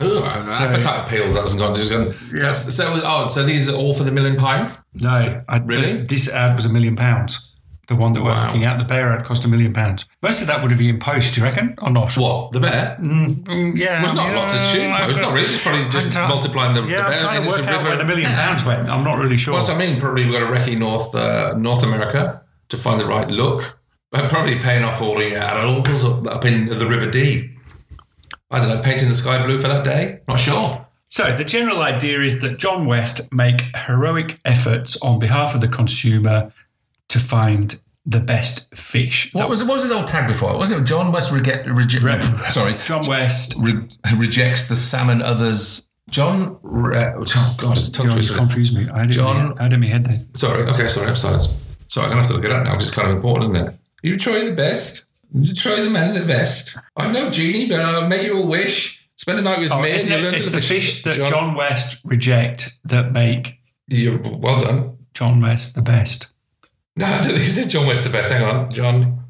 [SPEAKER 2] Ooh, an
[SPEAKER 4] So-
[SPEAKER 2] appetite peels that hasn't gone. Just gone. That's, so, oh, so these are all for the million pounds?
[SPEAKER 1] No, I, really? this ad was a million pounds. The one that we're
[SPEAKER 2] Wow.
[SPEAKER 1] looking at, the bear ad cost a million pounds. Most of that would have been in post, do you reckon, or not?
[SPEAKER 2] What the bear?
[SPEAKER 1] Mm, mm, yeah,
[SPEAKER 2] Well, it's not
[SPEAKER 1] I mean,
[SPEAKER 2] lots of
[SPEAKER 1] uh,
[SPEAKER 2] shoot.
[SPEAKER 1] I've
[SPEAKER 2] It's
[SPEAKER 1] got-
[SPEAKER 2] not really. It's probably just
[SPEAKER 1] I'm try-
[SPEAKER 2] multiplying the,
[SPEAKER 1] yeah,
[SPEAKER 2] the bear.
[SPEAKER 1] I'm trying to
[SPEAKER 2] It's a
[SPEAKER 1] work out where the million pounds went. I'm not really sure.
[SPEAKER 2] Well, that's what I mean, probably we've got to recce North uh, North America to find the right look. But probably paying off all the uh, uncles up, up in the River Dee. I don't know, painting the sky blue for that day. Not sure.
[SPEAKER 1] So the general idea is that John West make heroic efforts on behalf of the consumer to find the best fish.
[SPEAKER 4] What was, what was his old tag before? Wasn't it John West rege- rege- sorry,
[SPEAKER 1] John West
[SPEAKER 4] re- rejects the salmon others? John, re- oh God, it's a tongue
[SPEAKER 1] John
[SPEAKER 4] twister.
[SPEAKER 1] confused me. I had it in
[SPEAKER 4] John-
[SPEAKER 1] my- I had it in my head then.
[SPEAKER 2] Sorry. Okay, sorry. I'm silence. Sorry, I'm going to have to look it up now because it's kind of important, isn't it? You try the best. You try the man in the vest. I'm no genie, but I'll make you a wish. Spend the night with
[SPEAKER 1] Oh,
[SPEAKER 2] me and
[SPEAKER 1] isn't
[SPEAKER 2] you'll
[SPEAKER 1] it?
[SPEAKER 2] learn
[SPEAKER 1] It's
[SPEAKER 2] to
[SPEAKER 1] the fish that John, West reject that make
[SPEAKER 2] you well done.
[SPEAKER 1] John West the best.
[SPEAKER 2] No, I don't think this is John West the best. Hang on, John.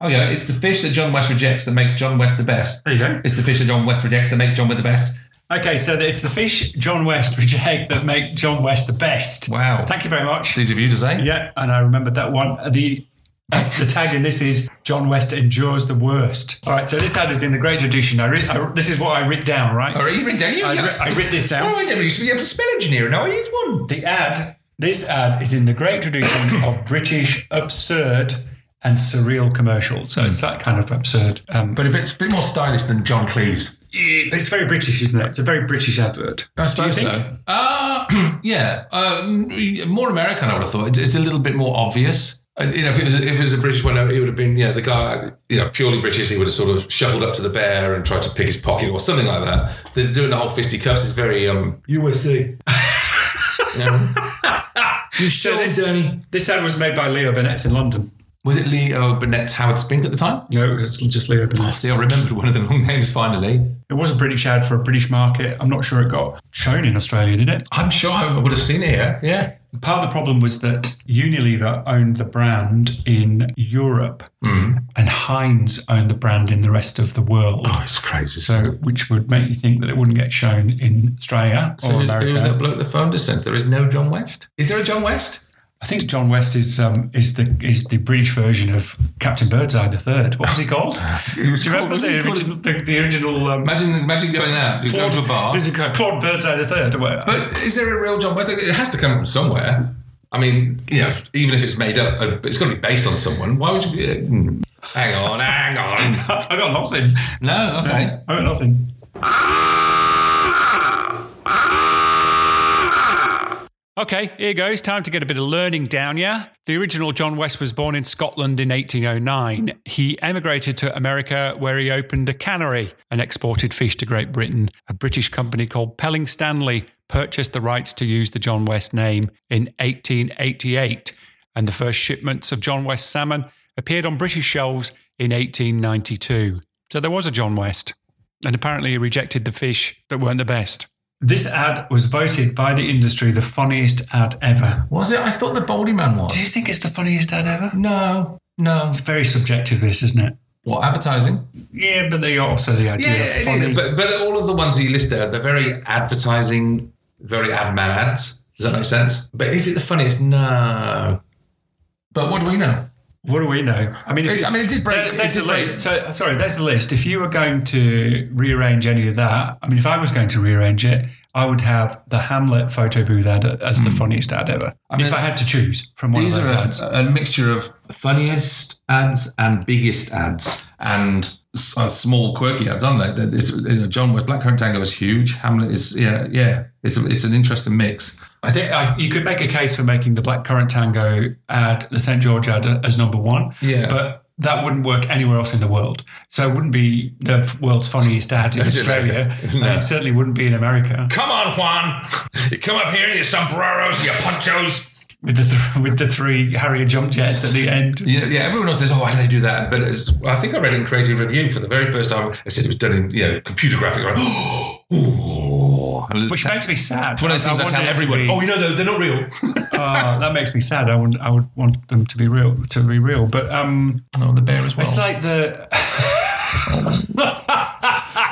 [SPEAKER 2] Oh yeah, it's the fish that John West rejects that makes John West the best.
[SPEAKER 1] There you go.
[SPEAKER 2] It's the fish that John West rejects that makes John West the best.
[SPEAKER 1] Okay, so it's the fish John West reject that make John West the best.
[SPEAKER 2] Wow.
[SPEAKER 1] Thank you very much.
[SPEAKER 2] easy for you to say.
[SPEAKER 1] Yeah, and I remembered that one. The uh, the tag in this is John West endures the worst. All right, so this ad is in the Great Tradition. I, writ I this is what I writ down, right?
[SPEAKER 2] All right, you read down. You,
[SPEAKER 1] I,
[SPEAKER 2] yeah.
[SPEAKER 1] writ I writ this down.
[SPEAKER 2] Oh, I never used to be able to spell engineer. Now I use one.
[SPEAKER 1] The ad, this ad is in the great tradition of British absurd and surreal commercials. So
[SPEAKER 2] Hmm.
[SPEAKER 1] it's that kind of absurd. Um, but
[SPEAKER 4] but a bit, bit more stylish than John Cleves.
[SPEAKER 1] it's very British, isn't it? It's a very British advert.
[SPEAKER 4] I suppose
[SPEAKER 1] think?
[SPEAKER 4] so.
[SPEAKER 2] Uh, yeah, um, more American. I would have thought it's, it's a little bit more obvious. Uh, You know, if it was if it was a British one, it would have been yeah the guy you know purely British. He would have sort of shuffled up to the bear and tried to pick his pocket or something like that. They're doing the whole fisticuffs. It's very um, USA.
[SPEAKER 1] So this, this ad was made by Leo Burnett in London.
[SPEAKER 2] Was it Leo Burnett's Howard Spink at the time?
[SPEAKER 1] No, it's just Leo Burnett.
[SPEAKER 2] Oh, See, I remembered one of the long names finally.
[SPEAKER 1] It was a British ad for a British market. I'm not sure it got shown in Australia, did it?
[SPEAKER 2] I'm sure I would have seen it. Yeah, yeah.
[SPEAKER 1] Part of the problem was that Unilever owned the brand in Europe
[SPEAKER 2] Mm.
[SPEAKER 1] and Heinz owned the brand in the rest of the world.
[SPEAKER 2] it's crazy. So,
[SPEAKER 1] So, which would make you think that it wouldn't get shown in Australia
[SPEAKER 2] so
[SPEAKER 1] or
[SPEAKER 2] who,
[SPEAKER 1] America.
[SPEAKER 2] who was that bloke that phoned us? Then there is no John West. Is there a John West?
[SPEAKER 1] I think John West is um, is the is the British version of Captain Birdseye the Third. What was he called? Do you remember
[SPEAKER 2] called-
[SPEAKER 1] the
[SPEAKER 2] was he called-
[SPEAKER 1] original, the, the original um,
[SPEAKER 2] Imagine, imagine going out. You go to a bar.
[SPEAKER 1] Is it Claude Birdseye the Third?
[SPEAKER 2] But is there a real John West? It has to come from somewhere. I mean, you know, even if it's made up, uh, it's got to be based on someone. Why would you? Be, uh, hmm. hang on, hang on.
[SPEAKER 1] I got nothing.
[SPEAKER 2] No, okay.
[SPEAKER 1] I got nothing. Okay, here goes. Time to get a bit of learning down, yeah? The original John West was born in Scotland in 1809. He emigrated to America where he opened a cannery and exported fish to Great Britain. A British company called Pelling Stanley purchased the rights to use the John West name in 1888, and the first shipments of John West salmon appeared on British shelves in 1892. So there was a John West, and apparently he rejected the fish that weren't the best. This ad was voted by the industry the funniest ad ever.
[SPEAKER 2] Was it? I thought the Baldy Man was.
[SPEAKER 1] Do you think it's the funniest ad ever?
[SPEAKER 2] No, no.
[SPEAKER 1] It's very subjective, this, isn't it?
[SPEAKER 2] What advertising?
[SPEAKER 1] Yeah, but they are also the idea
[SPEAKER 2] Yeah,
[SPEAKER 1] of
[SPEAKER 2] it
[SPEAKER 1] funny.
[SPEAKER 2] is. But, but all of the ones that you list there, they're very advertising, very ad man ads. Does that make sense? But is it the funniest? No. But what do we know?
[SPEAKER 1] what do we know? I mean, if
[SPEAKER 2] It-
[SPEAKER 1] you-
[SPEAKER 2] I mean, it did break-
[SPEAKER 1] There- there's
[SPEAKER 2] it did
[SPEAKER 1] the
[SPEAKER 2] break-
[SPEAKER 1] li- So sorry, there's the list. If you were going to rearrange any of that, I mean, if I was going to rearrange it, I would have the Hamlet photo booth ad as the funniest ad ever. if
[SPEAKER 2] mean,
[SPEAKER 1] I had to choose from one of
[SPEAKER 2] Hmm. These
[SPEAKER 1] those
[SPEAKER 2] are uh,
[SPEAKER 1] ads,
[SPEAKER 2] a, a mixture of funniest ads and biggest ads and s- uh, small quirky ads, aren't they? That It's, you know, John West, Blackcurrant Tango is huge. Hamlet is, yeah, yeah. It's, a, it's an interesting mix.
[SPEAKER 1] I think I, you could make a case for making the Black Currant Tango ad, the St. George ad, as number one.
[SPEAKER 2] Yeah.
[SPEAKER 1] But that wouldn't work anywhere else in the world. So it wouldn't be the f- world's funniest ad in Australia. And it certainly wouldn't be in America
[SPEAKER 2] Come on, Juan. You come up here in your sombreros and your ponchos.
[SPEAKER 1] with the, th- with the three Harrier jump jets at the end.
[SPEAKER 2] You know, yeah, everyone else says, "Oh, why do they do that?" But it's, I think I read in Creative Review for the very first time. It said it was done in you know computer graphics. Right? Ooh. And
[SPEAKER 1] Which
[SPEAKER 2] it's-
[SPEAKER 1] makes me sad.
[SPEAKER 2] it's one of those things I,
[SPEAKER 1] want
[SPEAKER 2] tell
[SPEAKER 1] it to
[SPEAKER 2] everyone.
[SPEAKER 1] be-
[SPEAKER 2] Oh, you know, they're, they're not real.
[SPEAKER 1] Ah, that makes me sad. I would, I would want them to be real, to be real. But um,
[SPEAKER 2] oh, the bear as well.
[SPEAKER 1] it's like the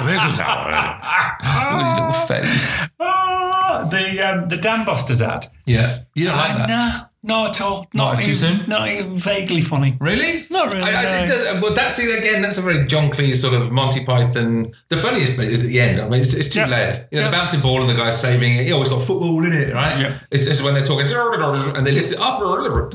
[SPEAKER 2] Americans are. Look at his little face.
[SPEAKER 1] Ah, the um, the Dan Buster's ad.
[SPEAKER 2] Yeah. You don't like
[SPEAKER 1] Uh,
[SPEAKER 2] that?
[SPEAKER 1] No, not at all.
[SPEAKER 2] Not too
[SPEAKER 1] even-
[SPEAKER 2] soon?
[SPEAKER 1] Not even vaguely funny.
[SPEAKER 2] Really?
[SPEAKER 1] Not really.
[SPEAKER 2] I, I,
[SPEAKER 1] no.
[SPEAKER 2] it does, uh, well, that's again. That's a very John Cleese sort of Monty Python. The funniest bit is at the end. I mean, it's, it's too layered. You know, the bouncing ball and the guy saving it. You always got football in it, right? Yeah. It's just when they're talking and they lift it up.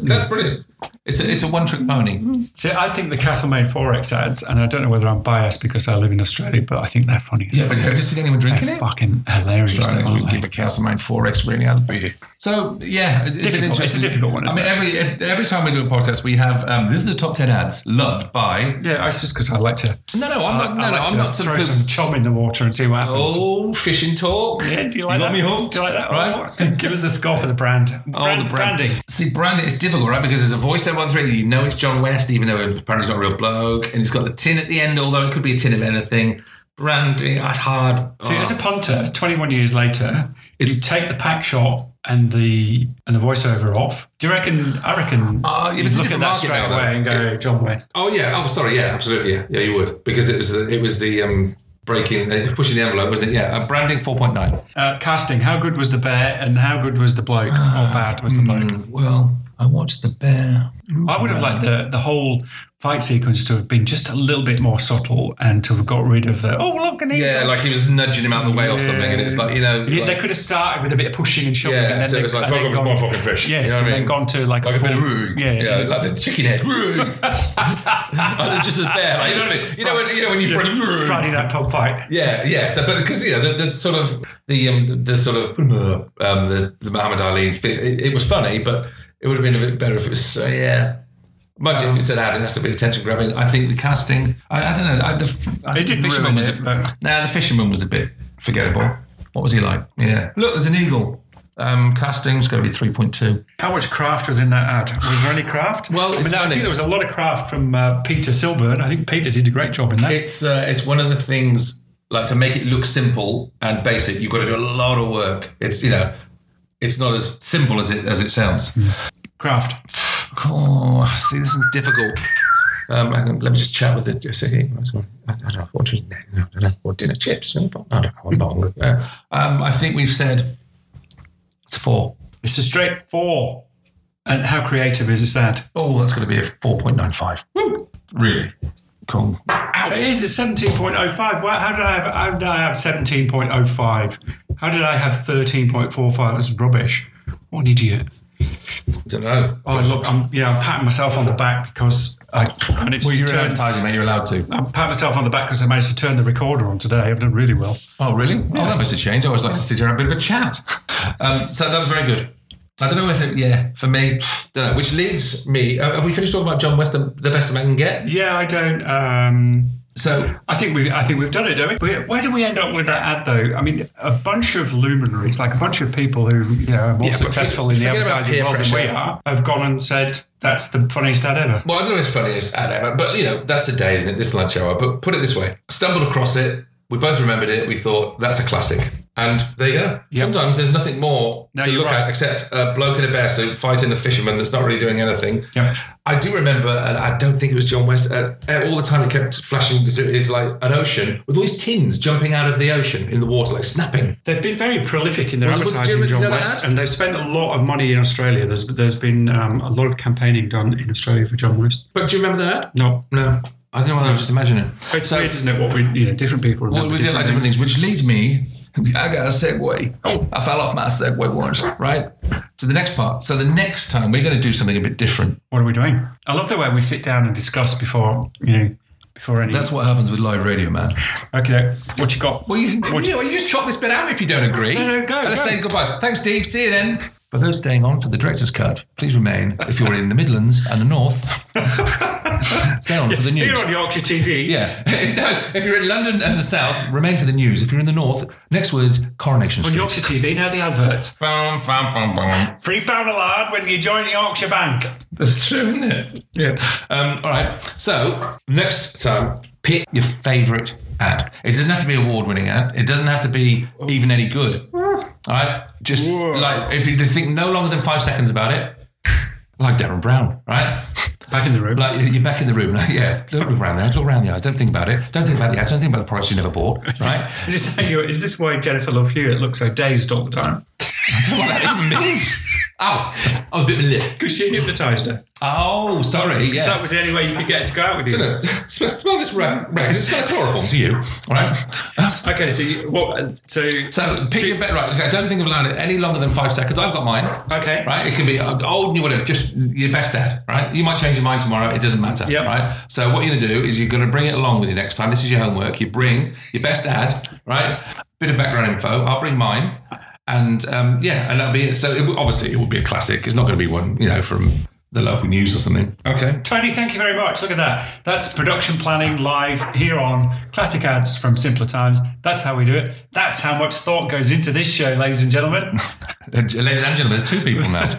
[SPEAKER 2] That's brilliant. It's a, it's a one trick pony.
[SPEAKER 1] See, I think the Castlemaine Forex ads, and I don't know whether I'm biased because I live in Australia, but I think they're funny. as
[SPEAKER 4] Yeah, but
[SPEAKER 1] fuck.
[SPEAKER 4] have you seen anyone drinking
[SPEAKER 1] they're
[SPEAKER 4] it?
[SPEAKER 1] Fucking hilarious.
[SPEAKER 4] Sorry,
[SPEAKER 1] though,
[SPEAKER 4] I would
[SPEAKER 1] aren't they?
[SPEAKER 4] give a Castlemaine 4X rating out of the beer.
[SPEAKER 2] So yeah, it- it's, an
[SPEAKER 1] Difficult. It's a
[SPEAKER 2] interesting,
[SPEAKER 1] difficult one,
[SPEAKER 2] I
[SPEAKER 1] isn't
[SPEAKER 2] mean,
[SPEAKER 1] it?
[SPEAKER 2] every every time we do a podcast, we have um, this is the top ten ads loved by.
[SPEAKER 1] Yeah, it's just because I like to.
[SPEAKER 2] No, no,
[SPEAKER 1] I-
[SPEAKER 2] I'm not.
[SPEAKER 1] I
[SPEAKER 2] No, no,
[SPEAKER 1] like
[SPEAKER 2] I'm
[SPEAKER 1] to
[SPEAKER 2] not
[SPEAKER 1] throw
[SPEAKER 2] poo-
[SPEAKER 1] some chum in the water and see what happens.
[SPEAKER 2] Oh, fishing talk.
[SPEAKER 1] Yeah, do you like
[SPEAKER 2] got
[SPEAKER 1] that?
[SPEAKER 2] me hooked.
[SPEAKER 1] Do you like that?
[SPEAKER 2] Right.
[SPEAKER 1] Oh, give us a score for the brand.
[SPEAKER 2] Oh,
[SPEAKER 1] Brand-
[SPEAKER 2] the brand.
[SPEAKER 1] branding.
[SPEAKER 2] See, branding it's difficult, right? Because there's a voiceover on three. You know it's John West, even though apparently he's not a real bloke, and he's got the tin at the end, although it could be a tin of anything. Branding, that's hard.
[SPEAKER 1] See,
[SPEAKER 2] Oh.
[SPEAKER 1] as a punter, 21 years later, you take the pack shot and the and the voiceover off. Do you reckon? I reckon
[SPEAKER 2] Uh,
[SPEAKER 1] you
[SPEAKER 2] it's a
[SPEAKER 1] look at
[SPEAKER 2] different
[SPEAKER 1] that
[SPEAKER 2] market
[SPEAKER 1] straight
[SPEAKER 2] now, though.
[SPEAKER 1] away and go, John West.
[SPEAKER 2] Oh yeah. Oh sorry. Yeah, absolutely. Yeah, yeah, you would because it was it was the um, breaking, uh, pushing the envelope, wasn't it? Yeah. Uh, branding four point nine.
[SPEAKER 1] Uh, casting. How good was the bear and how good was the bloke?
[SPEAKER 2] Ah.
[SPEAKER 1] How bad was the bloke?
[SPEAKER 2] Mm. Well, I watched the bear.
[SPEAKER 1] I would have liked the the whole fight sequence to have been just a little bit more subtle and to have got rid of the oh look an eagle.
[SPEAKER 2] Yeah, like he was nudging him out the way or something, and it's like you know,
[SPEAKER 1] Yeah, they
[SPEAKER 2] like-
[SPEAKER 1] could have started with a bit of pushing and shoving, and
[SPEAKER 2] yeah.
[SPEAKER 1] then
[SPEAKER 2] So
[SPEAKER 1] they,
[SPEAKER 2] it was like
[SPEAKER 1] and
[SPEAKER 2] fuck
[SPEAKER 1] then
[SPEAKER 2] off, it's
[SPEAKER 1] gone-
[SPEAKER 2] my fucking fish.
[SPEAKER 1] Yes,
[SPEAKER 2] you know what
[SPEAKER 1] and
[SPEAKER 2] I mean?
[SPEAKER 1] then gone to like,
[SPEAKER 2] like a
[SPEAKER 1] full,
[SPEAKER 2] bit of roux.
[SPEAKER 1] yeah,
[SPEAKER 2] yeah, like the chicken head. roux. and then just as bear, like, you know what I mean? You know when you know when you put roux.
[SPEAKER 1] Friday night pub fight.
[SPEAKER 2] Yeah, yeah. So, but because you know the, the sort of the um, the, the sort of um, the, the Muhammad Ali, fit- it, it was funny, but it would have been a bit better if it was. So yeah. Much it's an ad, it has to be attention grabbing. I think the casting, I, I don't know. I, the, I
[SPEAKER 1] They
[SPEAKER 2] think
[SPEAKER 1] did
[SPEAKER 2] the
[SPEAKER 1] ruin
[SPEAKER 2] fisherman was.
[SPEAKER 1] it, but-
[SPEAKER 2] Now the fisherman was a bit forgettable. What was he like? Yeah. Look, there's an eagle. Um, casting's got to be three point two.
[SPEAKER 1] How much craft was in that ad? Was there any craft?
[SPEAKER 2] Well,
[SPEAKER 1] I,
[SPEAKER 2] it's
[SPEAKER 1] mean, I
[SPEAKER 2] funny.
[SPEAKER 1] think there was a lot of craft from uh, Peter Silburn. I think Peter did a great job in that.
[SPEAKER 2] It's uh, it's one of the things like to make it look simple and basic. You've got to do a lot of work. It's you know, it's not as simple as it as it sounds.
[SPEAKER 1] craft.
[SPEAKER 2] Oh, see, this is difficult. Um, hang on, let me just chat with it. Just a second. I don't know what to- I don't know what dinner chips. I don't know what bottle. Uh, Um, I think we've said it's a four.
[SPEAKER 1] It's a straight four. And how creative is that?
[SPEAKER 2] Oh, that's going to be a four point nine five. Really cool.
[SPEAKER 1] It is. It's seventeen point oh five. Why, how did I have? How did I have seventeen point oh five? How did I have thirteen point four five? That's rubbish. What an idiot.
[SPEAKER 2] don't know.
[SPEAKER 1] Oh look, I'm yeah, I'm patting myself on the back because I managed
[SPEAKER 2] Well,
[SPEAKER 1] to
[SPEAKER 2] you're in
[SPEAKER 1] turn.
[SPEAKER 2] advertising, mate. You're allowed to.
[SPEAKER 1] I'm patting myself on the back because I managed to turn the recorder on today. I've done really well.
[SPEAKER 2] Oh, really? Oh, that must have changed. I always like to sit here and have a bit of a chat. Um, so that was very good. I don't know if it, yeah, for me, don't know. Which leads me, uh, have we finished talking about John West, the, the best a man can get?
[SPEAKER 1] Yeah, I don't. Um,
[SPEAKER 2] So,
[SPEAKER 1] I think we I think we've done it, don't we? Where do we end up with that ad though? I mean, a bunch of luminaries, like a bunch of people who you know, are more
[SPEAKER 2] Yeah, but
[SPEAKER 1] successful in
[SPEAKER 2] forget-
[SPEAKER 1] the
[SPEAKER 2] forget about
[SPEAKER 1] advertising
[SPEAKER 2] peer
[SPEAKER 1] world than we
[SPEAKER 2] pressure.
[SPEAKER 1] are, have gone and said that's the funniest ad ever.
[SPEAKER 2] well, I don't know if it's funniest ad ever, but you know, that's the day, isn't it? This lunch hour. But put it this way I stumbled across it. We both remembered it. We thought, that's a classic. And there you go. Sometimes there's nothing more
[SPEAKER 1] No,
[SPEAKER 2] to
[SPEAKER 1] you're
[SPEAKER 2] look
[SPEAKER 1] right.
[SPEAKER 2] at except a bloke in a bear suit fighting a fisherman that's not really doing anything.
[SPEAKER 1] Yep.
[SPEAKER 2] I do remember, and I don't think it was John West. Uh, uh, all the time it kept flashing to is like an ocean with all these tins jumping out of the ocean in the water, like snapping.
[SPEAKER 1] They've been very prolific in their
[SPEAKER 2] Was- was
[SPEAKER 1] advertising,
[SPEAKER 2] Jim-
[SPEAKER 1] John
[SPEAKER 2] you know that
[SPEAKER 1] West,
[SPEAKER 2] ad?
[SPEAKER 1] and they've spent a lot of money in Australia. There's there's been um, a lot of campaigning done in Australia for John West.
[SPEAKER 2] But do you remember that?
[SPEAKER 1] No,
[SPEAKER 2] No, I don't know. why I was just imagining it.
[SPEAKER 1] it's weird, isn't it? What we you know, different people
[SPEAKER 2] Well,
[SPEAKER 1] remember
[SPEAKER 2] we did like different things, which leads me. I got a segue. Oh, I fell off my segue once, right? To the next part. So the next time we're going to do something a bit different.
[SPEAKER 1] What are we doing? I love the way we sit down and discuss before you know before any.
[SPEAKER 2] That's what happens with live radio, man.
[SPEAKER 1] okay. What you got?
[SPEAKER 2] Well, you,
[SPEAKER 1] What you-
[SPEAKER 2] you, know, you just chop this bit out if you don't agree.
[SPEAKER 1] No, no, go,
[SPEAKER 2] Let's
[SPEAKER 1] go.
[SPEAKER 2] say goodbye. Thanks, Steve. See you then. For those staying on for the director's cut, please remain if you're in the Midlands and the North. stay on for the news.
[SPEAKER 1] Here on Yorkshire TV.
[SPEAKER 2] Yeah. No, it's- if you're in London and the South, remain for the news. If you're in the North, next words Coronation
[SPEAKER 1] On
[SPEAKER 2] Street.
[SPEAKER 1] Yorkshire TV, now the adverts.
[SPEAKER 2] Bum, bum, bum, bum.
[SPEAKER 1] Three pound a lard when you join the Yorkshire Bank.
[SPEAKER 2] That's true, isn't it? Yeah. Um, all right. So next time, pick your favourite ad. It doesn't have to be award-winning ad. It doesn't have to be even any good. All right. Just like if you think no longer than five seconds about it, like Darren Brown, right?
[SPEAKER 1] Back in the room.
[SPEAKER 2] Like you're back in the room. Like, yeah, don't look around the eyes. Look around the eyes. Don't think about it. Don't think about the ads. Don't think about the products you never bought. Right?
[SPEAKER 1] Is this, how you- is this why Jennifer Love Hewitt looks so dazed all the time?
[SPEAKER 2] I don't know what that even means. Ow! I'm a bit of a lip.
[SPEAKER 1] Because she hypnotised her.
[SPEAKER 2] Oh, sorry.
[SPEAKER 1] Because
[SPEAKER 2] Yeah.
[SPEAKER 1] that was the only way you could get her to go out with you.
[SPEAKER 2] Don't know. Smell, smell this rag. rag. It's kind of chloroform to you, all right? Uh,
[SPEAKER 1] Okay, so you, what? So,
[SPEAKER 2] So pick your bet right. Okay, don't think of allowing it any longer than five seconds. I've got mine.
[SPEAKER 1] okay,
[SPEAKER 2] Right, it can be uh, old, new, whatever. Just your best ad, right? You might change your mind tomorrow. It doesn't matter,
[SPEAKER 1] Yep.
[SPEAKER 2] right? So what you're going to do is you're going to bring it along with you next time. This is your homework. You bring your best ad, right? Bit of background info. I'll bring mine, and um, yeah, and that'll be it. So it, will- obviously it will be a classic. It's not going to be one, you know, from the local news or something. Okay.
[SPEAKER 1] Tony, thank you very much. Look at that. That's production planning live here on Classic Ads from Simpler Times. That's how we do it. That's how much thought goes into this show, ladies and gentlemen.
[SPEAKER 2] Ladies and gentlemen, there's two people now.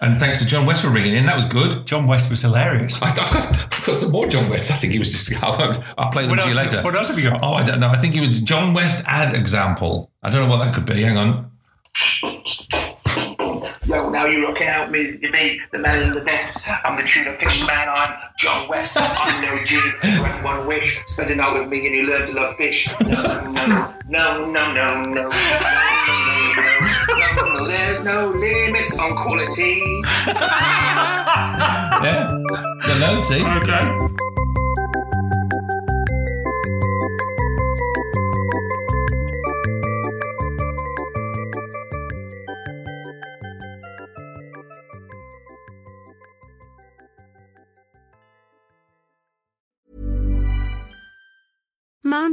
[SPEAKER 2] and thanks to John West for ringing in. That was good.
[SPEAKER 1] John West was hilarious.
[SPEAKER 2] I- I've got, I've got some more John West. I think he was just. I'll, I'll play them
[SPEAKER 1] What
[SPEAKER 2] to you
[SPEAKER 1] else,
[SPEAKER 2] later.
[SPEAKER 1] what else have you got?
[SPEAKER 2] Oh, I don't know. I think it was John West ad example. I don't know what that could be. Hang on.
[SPEAKER 5] Yo, now you're looking out with me, the man in the vest. I'm the tuna fish man. I'm John West. I'm no G. Grant one wish. Spend a night with me and you learn to love fish. No, no, no, no, no, no, no, no, no, no, no. There's no limits on quality.
[SPEAKER 2] Yeah. Got loads, see?
[SPEAKER 1] Okay.
[SPEAKER 9] Mom